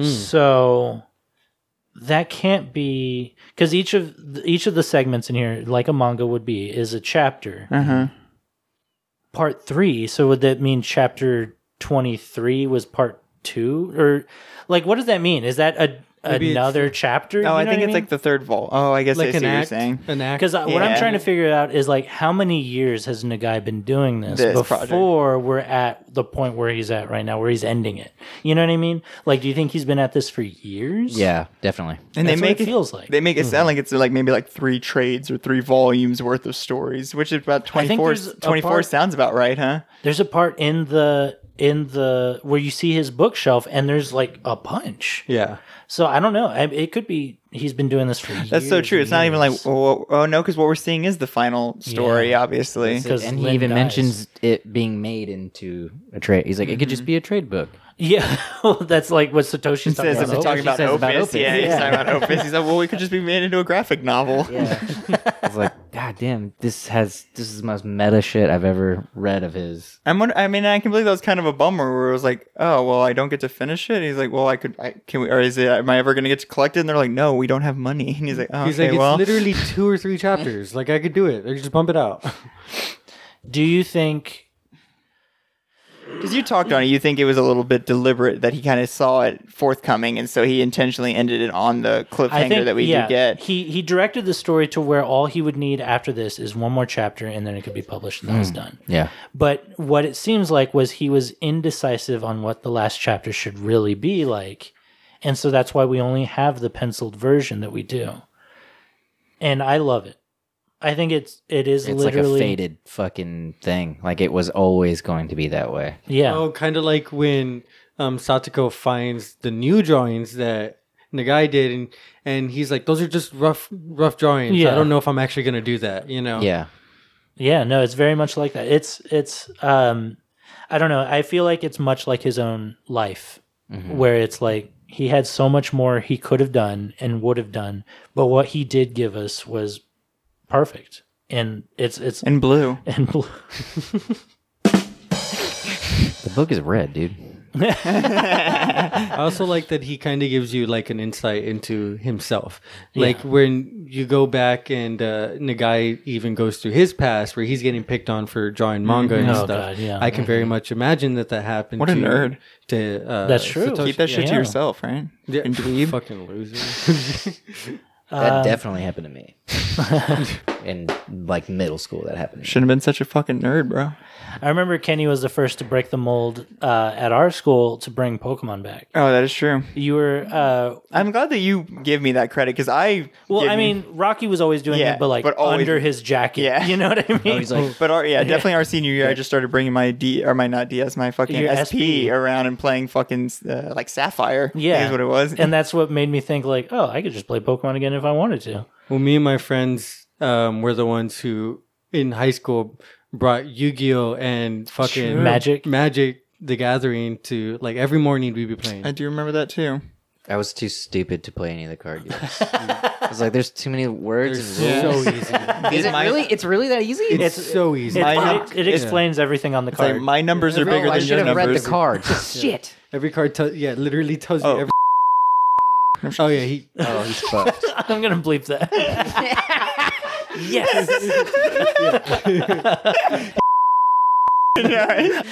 Speaker 7: So that can't be because each of each of the segments in here, like a manga would be, is a chapter.
Speaker 8: Uh-huh.
Speaker 7: part three. So would that mean chapter twenty three was part two, or like what does that mean? Is that a
Speaker 9: Maybe it's-
Speaker 7: another chapter?
Speaker 8: Oh, I think it's like the third vault. Oh, I guess I
Speaker 9: like
Speaker 8: see
Speaker 9: an
Speaker 8: what you're
Speaker 9: act,
Speaker 8: saying.
Speaker 9: an act.
Speaker 7: because uh, what I'm
Speaker 8: Yeah.
Speaker 7: trying to figure out is like how many years has Nagai been doing this,
Speaker 8: This project.
Speaker 7: before we're at the point where he's at right now, where he's ending it. You know what I mean? Like, do you think he's been at this for years?
Speaker 10: yeah, definitely.
Speaker 8: And
Speaker 7: That's
Speaker 8: they
Speaker 7: what
Speaker 8: make
Speaker 7: it feels like. Mm-hmm.
Speaker 8: They make it sound like it's like maybe like three trades or three volumes worth of stories, which is about
Speaker 7: I think
Speaker 8: 24,
Speaker 7: there's a
Speaker 8: 24
Speaker 7: part-
Speaker 8: sounds about right, huh?
Speaker 7: There's a part in the in the where you see his bookshelf and there's like a bunch.
Speaker 9: yeah.
Speaker 7: So I don't know. I, it could be he's been doing this for years.
Speaker 8: That's so true.
Speaker 7: and
Speaker 8: It's not even
Speaker 7: years.
Speaker 8: like, oh, oh no, because what we're seeing is the final story,
Speaker 7: Yeah.
Speaker 8: obviously.
Speaker 7: That's it. 'Cause
Speaker 10: and he
Speaker 7: Lynn
Speaker 10: even
Speaker 7: dies.
Speaker 10: mentions it being made into a trade. He's like, it could
Speaker 8: Mm-hmm.
Speaker 10: just be a trade book.
Speaker 7: Yeah, well, that's like what Satoshi's talking
Speaker 8: Says
Speaker 7: about.
Speaker 8: if we're talking
Speaker 10: Opus,
Speaker 8: about
Speaker 10: he says about
Speaker 8: Opus.
Speaker 10: Opus.
Speaker 8: Yeah, he's
Speaker 10: Yeah.
Speaker 8: talking about Opus. He's like, well, we could just be made into a graphic novel.
Speaker 10: I was like, God damn, this has this is the most meta shit I've ever read of his.
Speaker 8: I'm wonder- I mean, I can believe that was kind of a bummer where it was like, oh, well, I don't get to finish it. And he's like, well, I could, I, can we, or is it, am I ever going to get to collect it? And they're like, no, we don't have money. And he's like, oh,
Speaker 9: He's
Speaker 8: okay,
Speaker 9: like,
Speaker 8: well.
Speaker 9: it's literally two or three chapters. Like I could do it. I could just pump it out.
Speaker 7: Do you think?
Speaker 8: Because you talked on it, you think it was a little bit deliberate that he kind of saw it forthcoming, and so he intentionally ended it on the
Speaker 7: I
Speaker 8: cliffhanger
Speaker 7: think
Speaker 8: that we
Speaker 7: yeah,
Speaker 8: do get.
Speaker 7: He he directed the story to where all he would need after this is one more chapter, and then it could be published, and that was done.
Speaker 10: Yeah.
Speaker 7: But what it seems like was he was indecisive on what the last chapter should really be like. And so that's why we only have the penciled version that we do. And I love it. I think it's it is
Speaker 10: It's
Speaker 7: literally
Speaker 10: like a faded fucking thing. Like it was always going to be that way.
Speaker 7: yeah.
Speaker 9: Oh, kind of like when um, Satoko finds the new drawings that Nagai did, and and he's like, those are just rough rough drawings.
Speaker 7: Yeah.
Speaker 9: I don't know if I'm actually gonna do that. You know.
Speaker 10: Yeah.
Speaker 7: Yeah, no, it's very much like that. It's it's um I don't know. I feel like it's much like his own life where it's like he had so much more he could have done and would have done, but what he did give us was perfect. And it's it's
Speaker 8: In blue.
Speaker 7: and blue.
Speaker 10: The book is red, dude.
Speaker 9: I also like that he kind of gives you like an insight into himself. Like when you go back and uh, Nagai even goes through his past where he's getting picked on for drawing manga and
Speaker 7: Oh,
Speaker 9: stuff.
Speaker 7: God, yeah.
Speaker 9: I can very much imagine that that happened.
Speaker 8: What a
Speaker 9: to-
Speaker 8: nerd.
Speaker 9: To uh,
Speaker 7: That's true.
Speaker 9: Satoshi.
Speaker 8: Keep that shit to
Speaker 7: Yeah.
Speaker 8: yourself, right?
Speaker 9: Yeah.
Speaker 8: Indeed.
Speaker 9: Fucking loser.
Speaker 10: Um, That definitely happened to me. in like middle school that happened.
Speaker 8: Shouldn't have been such a fucking nerd, bro.
Speaker 7: I remember Kenny was the first to break the mold uh, at our school to bring Pokemon back.
Speaker 8: Oh, that is true.
Speaker 7: You were, uh,
Speaker 8: I'm glad that you give me that credit because I.
Speaker 7: well,
Speaker 8: give
Speaker 7: I
Speaker 8: you-
Speaker 7: mean, Rocky was always doing
Speaker 8: Yeah,
Speaker 7: it, but like
Speaker 8: but always-
Speaker 7: under his jacket.
Speaker 8: Yeah.
Speaker 7: You know what I mean?
Speaker 10: He's like,
Speaker 8: But our, yeah, definitely our senior year, I just started bringing my D or my not DS, my fucking
Speaker 7: Your
Speaker 8: SP,
Speaker 7: SP.
Speaker 8: around and playing fucking uh, like Sapphire. I think
Speaker 7: yeah.
Speaker 8: is what it was.
Speaker 7: and that's what made me think, like, oh, I could just play Pokemon again if I wanted to.
Speaker 9: Well, me and my friends um, were the ones who in high school brought Yu-Gi-Oh and fucking
Speaker 7: True. Magic.
Speaker 9: Magic the Gathering to like every morning we'd be playing.
Speaker 8: I do remember that too.
Speaker 10: I was too stupid to play any of the card games. I was like, there's too many words.
Speaker 9: It's
Speaker 10: and rules.
Speaker 9: so easy.
Speaker 10: Is it
Speaker 8: My-
Speaker 10: really? It's really that easy?
Speaker 9: It's, so easy.
Speaker 7: It,
Speaker 8: I-
Speaker 7: it, it explains everything on the
Speaker 8: It's like,
Speaker 7: card.
Speaker 8: my numbers are
Speaker 10: Oh,
Speaker 8: bigger
Speaker 10: I
Speaker 8: than
Speaker 10: should
Speaker 8: your
Speaker 10: have
Speaker 8: numbers.
Speaker 10: read the card. Shit.
Speaker 9: every card tells yeah, literally tells you
Speaker 8: Oh.
Speaker 9: every Oh yeah, he
Speaker 10: Oh, he's fucked.
Speaker 7: I'm gonna bleep that. yes.
Speaker 8: Yeah.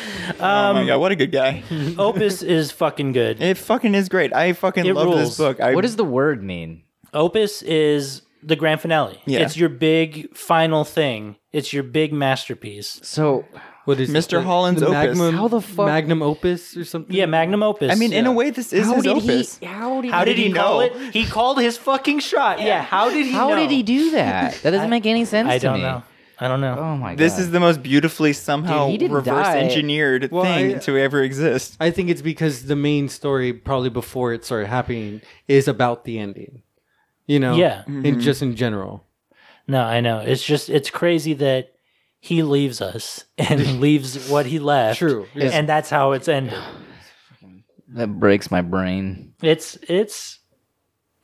Speaker 8: oh
Speaker 7: Um,
Speaker 8: my god, what a good guy!
Speaker 7: Opus is fucking good.
Speaker 8: It fucking is great. I fucking
Speaker 7: It
Speaker 8: love
Speaker 7: rules.
Speaker 8: this book. I,
Speaker 10: What does the word mean?
Speaker 7: Opus is the grand finale.
Speaker 8: Yeah.
Speaker 7: It's your big final thing. It's your big masterpiece.
Speaker 10: So
Speaker 9: what is it?
Speaker 8: Mr.
Speaker 9: The-
Speaker 8: Holland's
Speaker 9: the
Speaker 8: Opus.
Speaker 9: Magnum,
Speaker 10: How the fuck-
Speaker 9: Magnum Opus or something?
Speaker 7: Yeah, magnum opus.
Speaker 8: I mean, in a way, this is
Speaker 10: how
Speaker 8: his
Speaker 10: did
Speaker 8: opus.
Speaker 10: he? How did,
Speaker 7: how did he,
Speaker 8: he
Speaker 7: call
Speaker 8: know?
Speaker 7: it? He called his fucking shot. Yeah, how did he?
Speaker 10: How
Speaker 7: know?
Speaker 10: did he do that? That doesn't make any sense.
Speaker 7: I
Speaker 10: to
Speaker 7: don't
Speaker 10: me.
Speaker 7: know. I don't know.
Speaker 10: Oh my
Speaker 8: This
Speaker 10: god.
Speaker 8: is the most beautifully somehow
Speaker 10: Dude, he didn't
Speaker 8: reverse
Speaker 10: die.
Speaker 8: engineered thing
Speaker 9: I-
Speaker 8: to ever exist.
Speaker 9: I think it's because the main story, probably before it started happening, is about the ending. You know,
Speaker 7: Yeah.
Speaker 8: Mm-hmm.
Speaker 9: in just in general.
Speaker 7: No, I know. It's just it's crazy that he leaves us and leaves what he left.
Speaker 9: True. Yeah.
Speaker 7: And that's how it's ended.
Speaker 10: that breaks my brain.
Speaker 7: It's it's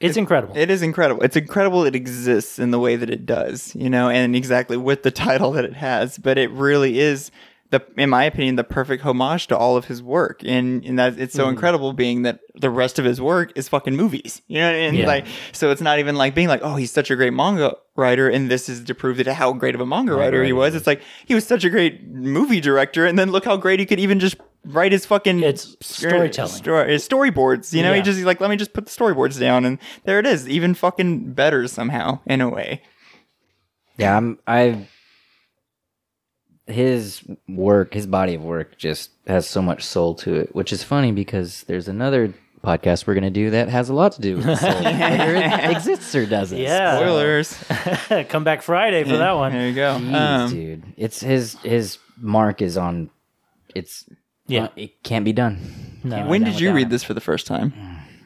Speaker 7: it's incredible.
Speaker 8: It is incredible. It's incredible it exists in the way that it does, you know, and exactly with the title that it has. But it really is the in my opinion, the perfect homage to all of his work. And and that it's so
Speaker 7: Hmm.
Speaker 8: incredible being that the rest of his work is fucking movies. You know what I mean?
Speaker 7: Yeah.
Speaker 8: Like so it's not even like being like, Oh, he's such a great manga writer and this is to prove that how great of a manga writer he was. It's like he was such a great movie director and then look how great he could even just write his fucking
Speaker 7: It's storytelling.
Speaker 8: story- uh, storyboards. You know, he
Speaker 7: Yeah.
Speaker 8: just he's like, let me just put the storyboards down, and there it is, even fucking better somehow in a way.
Speaker 10: Yeah, I'm. I. His work, his body of work, just has so much soul to it, which is funny because there's another podcast we're gonna do that has a lot to do with the soul, whether it exists or doesn't.
Speaker 7: yeah.
Speaker 8: Spoilers.
Speaker 7: Come back Friday for that one.
Speaker 8: There you go.
Speaker 10: Jeez,
Speaker 8: Um,
Speaker 10: dude, it's his his mark is on. It's
Speaker 7: Yeah.
Speaker 10: uh, it can't be done.
Speaker 8: when did you read this for the first time?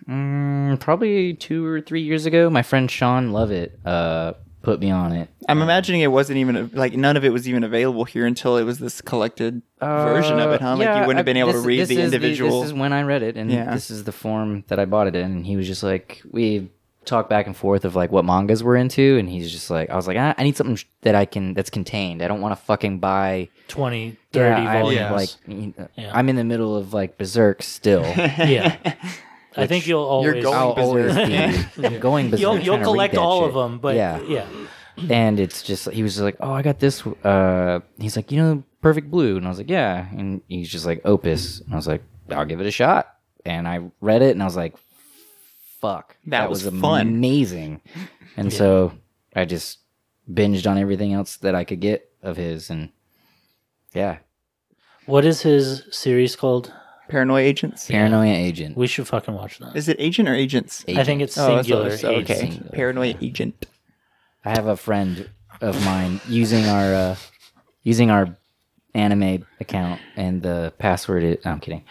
Speaker 10: Mm, probably two or three years ago, my friend Sean Lovett uh, put me on it.
Speaker 8: I'm imagining it wasn't even like none of it was even available here until it was this collected version of it, huh? Like you wouldn't have been able to read the individual.
Speaker 10: Uh, this is when I read it, and
Speaker 8: Yeah.
Speaker 10: this is the form that I bought it in. And he was just like, we talked back and forth of like what mangas we're into, and he's just like, I was like, "Ah, I, I need something sh- that I can that's contained. I don't want to fucking buy
Speaker 7: 20, 30
Speaker 10: Yeah, I'm,
Speaker 7: volumes.
Speaker 10: Like you know, I'm in the middle of like Berserk still.
Speaker 7: yeah. I think you'll always
Speaker 8: going
Speaker 10: I'll always be. I'm going berserk.
Speaker 7: you'll,
Speaker 10: trying
Speaker 7: you'll
Speaker 10: to read
Speaker 7: collect
Speaker 10: that
Speaker 7: all
Speaker 10: shit.
Speaker 7: of them, but
Speaker 10: yeah,
Speaker 7: yeah.
Speaker 10: and it's just he was just like, "Oh, I got this." Uh, he's like, "You know, Perfect Blue," and I was like, "Yeah," and he's just like, "Opus," and I was like, "I'll give it a shot." And I read it, and I was like, "Fuck,
Speaker 8: That was fun.
Speaker 10: amazing!" And so I just binged on everything else that I could get of his, and yeah,
Speaker 7: What is his series called?
Speaker 8: Paranoia agents.
Speaker 10: Paranoia Agent.
Speaker 7: We should fucking watch that.
Speaker 8: Is it agent or agents?
Speaker 7: I think it's
Speaker 8: Oh, that's
Speaker 7: singular.
Speaker 8: what it was. Oh,
Speaker 7: agent.
Speaker 8: okay. Paranoia agent.
Speaker 10: I have a friend of mine using our uh, using our anime account and the password is no, I'm kidding.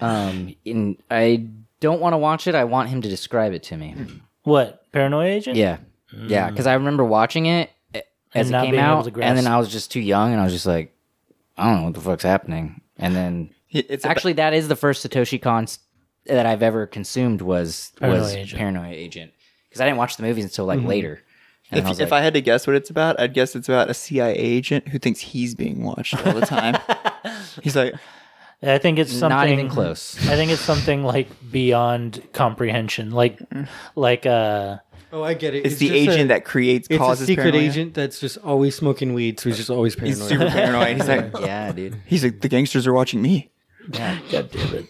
Speaker 10: um, in, I don't want to watch it. I want him to describe it to me.
Speaker 7: What? Paranoia Agent?
Speaker 10: Yeah, yeah. Because I remember watching it eh,
Speaker 7: Mm.
Speaker 10: as
Speaker 7: And not
Speaker 10: it came
Speaker 7: being able
Speaker 10: out,
Speaker 7: to grasp.
Speaker 10: and then I was just too young, and I was just like, I don't know what the fuck's happening. And then
Speaker 8: It's a-
Speaker 10: actually, that is the first Satoshi Kon st- that I've ever consumed was was
Speaker 7: Paranoia Agent.
Speaker 10: Paranoia Agent because I didn't watch the movies until like
Speaker 7: Mm-hmm.
Speaker 10: later. And
Speaker 8: If,
Speaker 10: I was
Speaker 8: if
Speaker 10: like,
Speaker 8: I had to guess what it's about, I'd guess it's about a CIA agent who thinks he's being watched all the time. he's like,
Speaker 7: I think it's something
Speaker 10: not even close.
Speaker 7: I think it's something like beyond comprehension. Like like uh
Speaker 9: Oh, I get it.
Speaker 8: it's, the
Speaker 9: just
Speaker 8: agent
Speaker 9: a-
Speaker 8: that creates
Speaker 9: it's
Speaker 8: causes
Speaker 9: a secret
Speaker 8: paranoia.
Speaker 9: agent that's just always smoking weed, so he's just always
Speaker 8: He's
Speaker 9: paranoid.
Speaker 8: super paranoid. He's like,
Speaker 10: yeah, dude.
Speaker 8: he's like, the gangsters are watching me.
Speaker 10: Yeah, God damn it.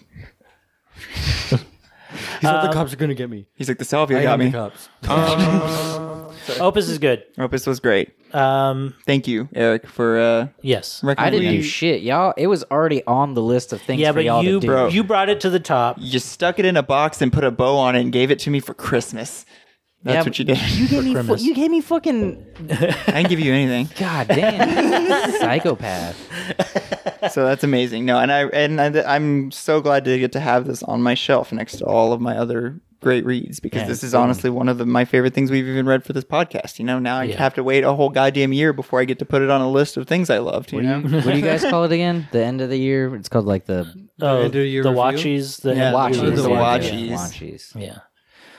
Speaker 9: He's like, the cops are gonna get me.
Speaker 8: He's like, the salvia
Speaker 9: I
Speaker 8: Um, got Um,
Speaker 9: am the
Speaker 8: me.
Speaker 9: cops.
Speaker 7: Opus is good.
Speaker 8: Opus was great.
Speaker 7: Um,
Speaker 8: Thank you, Eric, for uh,
Speaker 7: yes.
Speaker 10: I didn't
Speaker 8: recommending.
Speaker 10: do shit, y'all. It was already on the list of things
Speaker 7: Yeah,
Speaker 10: for y'all
Speaker 7: but you
Speaker 10: to do.
Speaker 8: Bro.
Speaker 7: you brought it to the top.
Speaker 8: You stuck it in a box and put a bow on it and gave it to me for Christmas. That's
Speaker 10: Yeah,
Speaker 8: what you did.
Speaker 10: You gave, me fu-
Speaker 7: Grimace.
Speaker 10: you gave me fucking
Speaker 8: I didn't give you anything.
Speaker 10: god damn psychopath.
Speaker 8: So that's amazing. No, and I and I, I'm so glad to get to have this on my shelf next to all of my other great reads because
Speaker 7: Yeah,
Speaker 8: this is honestly one of the, my favorite things we've even read for this podcast. You know, now I
Speaker 7: Yeah.
Speaker 8: have to wait a whole goddamn year before I get to put it on a list of things I loved. You know,
Speaker 10: What do you guys call it again? The end of the year? It's called like the
Speaker 7: Oh,
Speaker 9: do
Speaker 7: the
Speaker 9: your review?
Speaker 7: Watchies. The
Speaker 8: Yeah,
Speaker 10: Watchies.
Speaker 9: the
Speaker 10: Yeah,
Speaker 8: Watchies.
Speaker 10: Watchies.
Speaker 7: Yeah.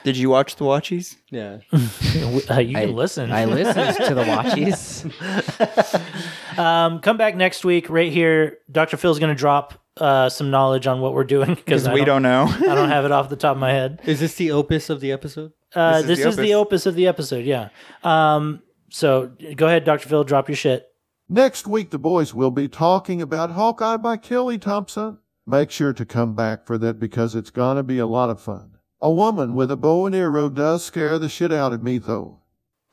Speaker 8: did you watch the Watchies?
Speaker 9: Yeah.
Speaker 7: Uh, you
Speaker 10: I-
Speaker 7: can listen.
Speaker 10: I listened to the Watchies.
Speaker 7: um, come back next week, right here. Dr. Phil's going to drop uh, some knowledge on what we're doing because
Speaker 8: Because we don't, know.
Speaker 7: I don't have it off the top of my head.
Speaker 9: Is this the opus of the episode?
Speaker 7: Uh,
Speaker 8: This
Speaker 7: this
Speaker 8: is
Speaker 7: is,
Speaker 8: the
Speaker 7: the opus of the episode. Yeah. Um, so go ahead, Dr. Phil, drop your shit.
Speaker 11: Next week, the boys will be talking about Hawkeye by Kelly Thompson. Make sure to come back for that because it's gonna be a lot of fun. A woman with a bow and arrow does scare the shit out of me, though.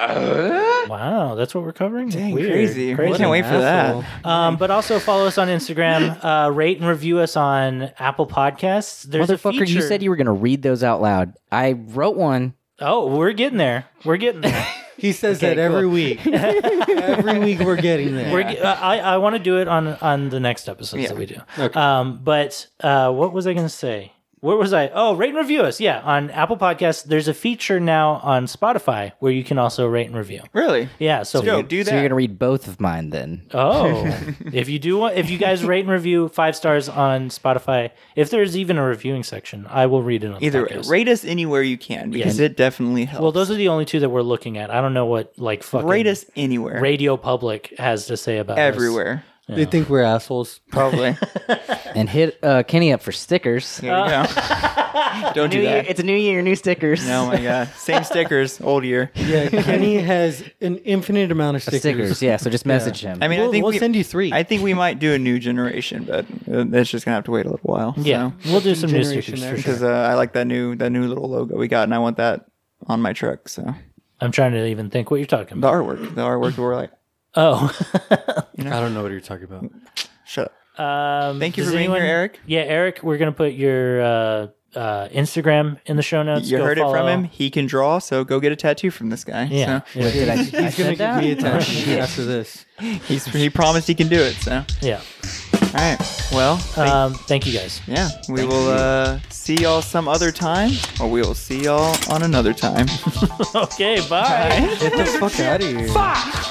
Speaker 7: Wow, that's what we're covering.
Speaker 8: Dang,
Speaker 7: Weird.
Speaker 8: crazy. I can't wait for
Speaker 9: Asshole.
Speaker 8: that.
Speaker 7: Um, but also follow us on Instagram. Uh, rate and review us on Apple Podcasts. There's a
Speaker 10: Motherfucker,
Speaker 7: feature.
Speaker 10: you said you were gonna read those out loud. I wrote one.
Speaker 7: oh, we're getting there. We're getting there.
Speaker 9: He says that every week. every week we're getting there.
Speaker 7: We're ge- uh, I, I want to do it on on the next episodes that we do.
Speaker 9: Okay.
Speaker 7: Um, but uh, what was I going to say? Where was I? Oh, rate and review us. Yeah, on Apple Podcasts. There's a feature now on Spotify where you can also rate and review.
Speaker 8: Really?
Speaker 7: Yeah. So,
Speaker 8: Yo, do
Speaker 10: So you're
Speaker 8: that.
Speaker 10: gonna read both of mine then.
Speaker 7: oh, if you do want, if you guys rate and review five stars on Spotify, if there's even a reviewing section, I will read it on the
Speaker 8: Either way,
Speaker 7: podcast.
Speaker 8: rate us anywhere you can because it definitely helps.
Speaker 7: Well, those are the only two that we're looking at. I don't know what like fucking
Speaker 8: rate us anywhere,
Speaker 7: Radio Public has to say about us.
Speaker 8: everywhere.
Speaker 9: They think we're assholes.
Speaker 8: Probably.
Speaker 10: And hit uh, Kenny up for stickers.
Speaker 8: There you go. Don't do
Speaker 10: New year,
Speaker 8: that.
Speaker 10: it's a new year, new stickers.
Speaker 8: Oh my god. Same stickers, old year.
Speaker 9: Yeah, Kenny has an infinite amount of stickers.
Speaker 10: stickers. Yeah, so just message him.
Speaker 8: I mean,
Speaker 9: We'll,
Speaker 8: I think
Speaker 9: we'll
Speaker 8: we,
Speaker 9: send you three.
Speaker 8: I think we might do a new generation, but uh, that's just gonna have to wait a little while.
Speaker 7: Yeah, we'll do some new
Speaker 9: Generation
Speaker 7: stickers
Speaker 9: there.
Speaker 7: for sure.
Speaker 8: because uh, I like that new that new little logo we got, and I want that on my truck. So
Speaker 7: I'm trying to even think what you're talking
Speaker 8: the
Speaker 7: about.
Speaker 8: artwork, the artwork, we're like,
Speaker 7: Oh,
Speaker 9: I don't know what you're talking about.
Speaker 8: shut up.
Speaker 7: um,
Speaker 8: Thank you
Speaker 7: does
Speaker 8: for being here,
Speaker 7: anyone-
Speaker 8: Eric.
Speaker 7: Yeah, Eric, we're gonna put your uh, uh, Instagram in the show notes.
Speaker 8: You
Speaker 7: Go
Speaker 8: heard it
Speaker 7: follow.
Speaker 8: from him. He can draw, so go get a tattoo from this guy.
Speaker 7: Yeah,
Speaker 8: So,
Speaker 7: yeah,
Speaker 10: Did I, I
Speaker 9: He's gonna
Speaker 10: said
Speaker 9: give me a
Speaker 10: that?
Speaker 9: tattoo after this.
Speaker 8: he's, he promised he can do it. So
Speaker 7: yeah.
Speaker 8: all right. Well,
Speaker 7: Um, thank you guys.
Speaker 8: yeah, we will uh, see y'all some other time, or we will see y'all on another time.
Speaker 7: okay, bye.
Speaker 9: Get the fuck out of here.
Speaker 1: Fuck!